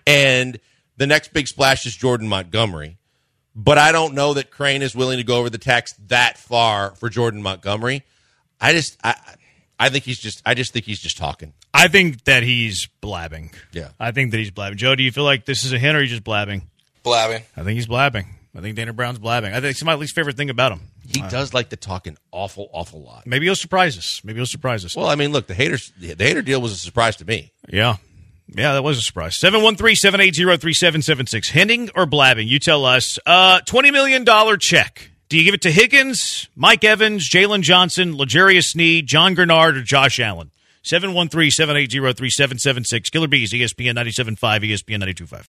Speaker 3: and the next big splash is Jordan Montgomery. But I don't know that Crane is willing to go over the tax that far for Jordan Montgomery. I just I I think he's just I just think he's just talking.
Speaker 2: I think that he's blabbing.
Speaker 3: Yeah.
Speaker 2: I think that he's blabbing. Joe, do you feel like this is a hint or are you just blabbing?
Speaker 4: Blabbing.
Speaker 2: I think he's blabbing. I think Dana Brown's blabbing. I think it's my least favorite thing about him.
Speaker 3: He does like to talk an awful awful lot.
Speaker 2: Maybe he'll surprise us. Maybe he'll surprise us.
Speaker 3: Well, I mean, look, the haters the hater deal was a surprise to me.
Speaker 2: Yeah. Yeah, that was a surprise. 713 780 3776. Henning or blabbing? You tell us. Uh, $20 million check. Do you give it to Higgins, Mike Evans, Jalen Johnson, Legarius Sneed, John Grenard, or Josh Allen? E 713 780 3776. Killer Bees, ESPN 975, ESPN 925.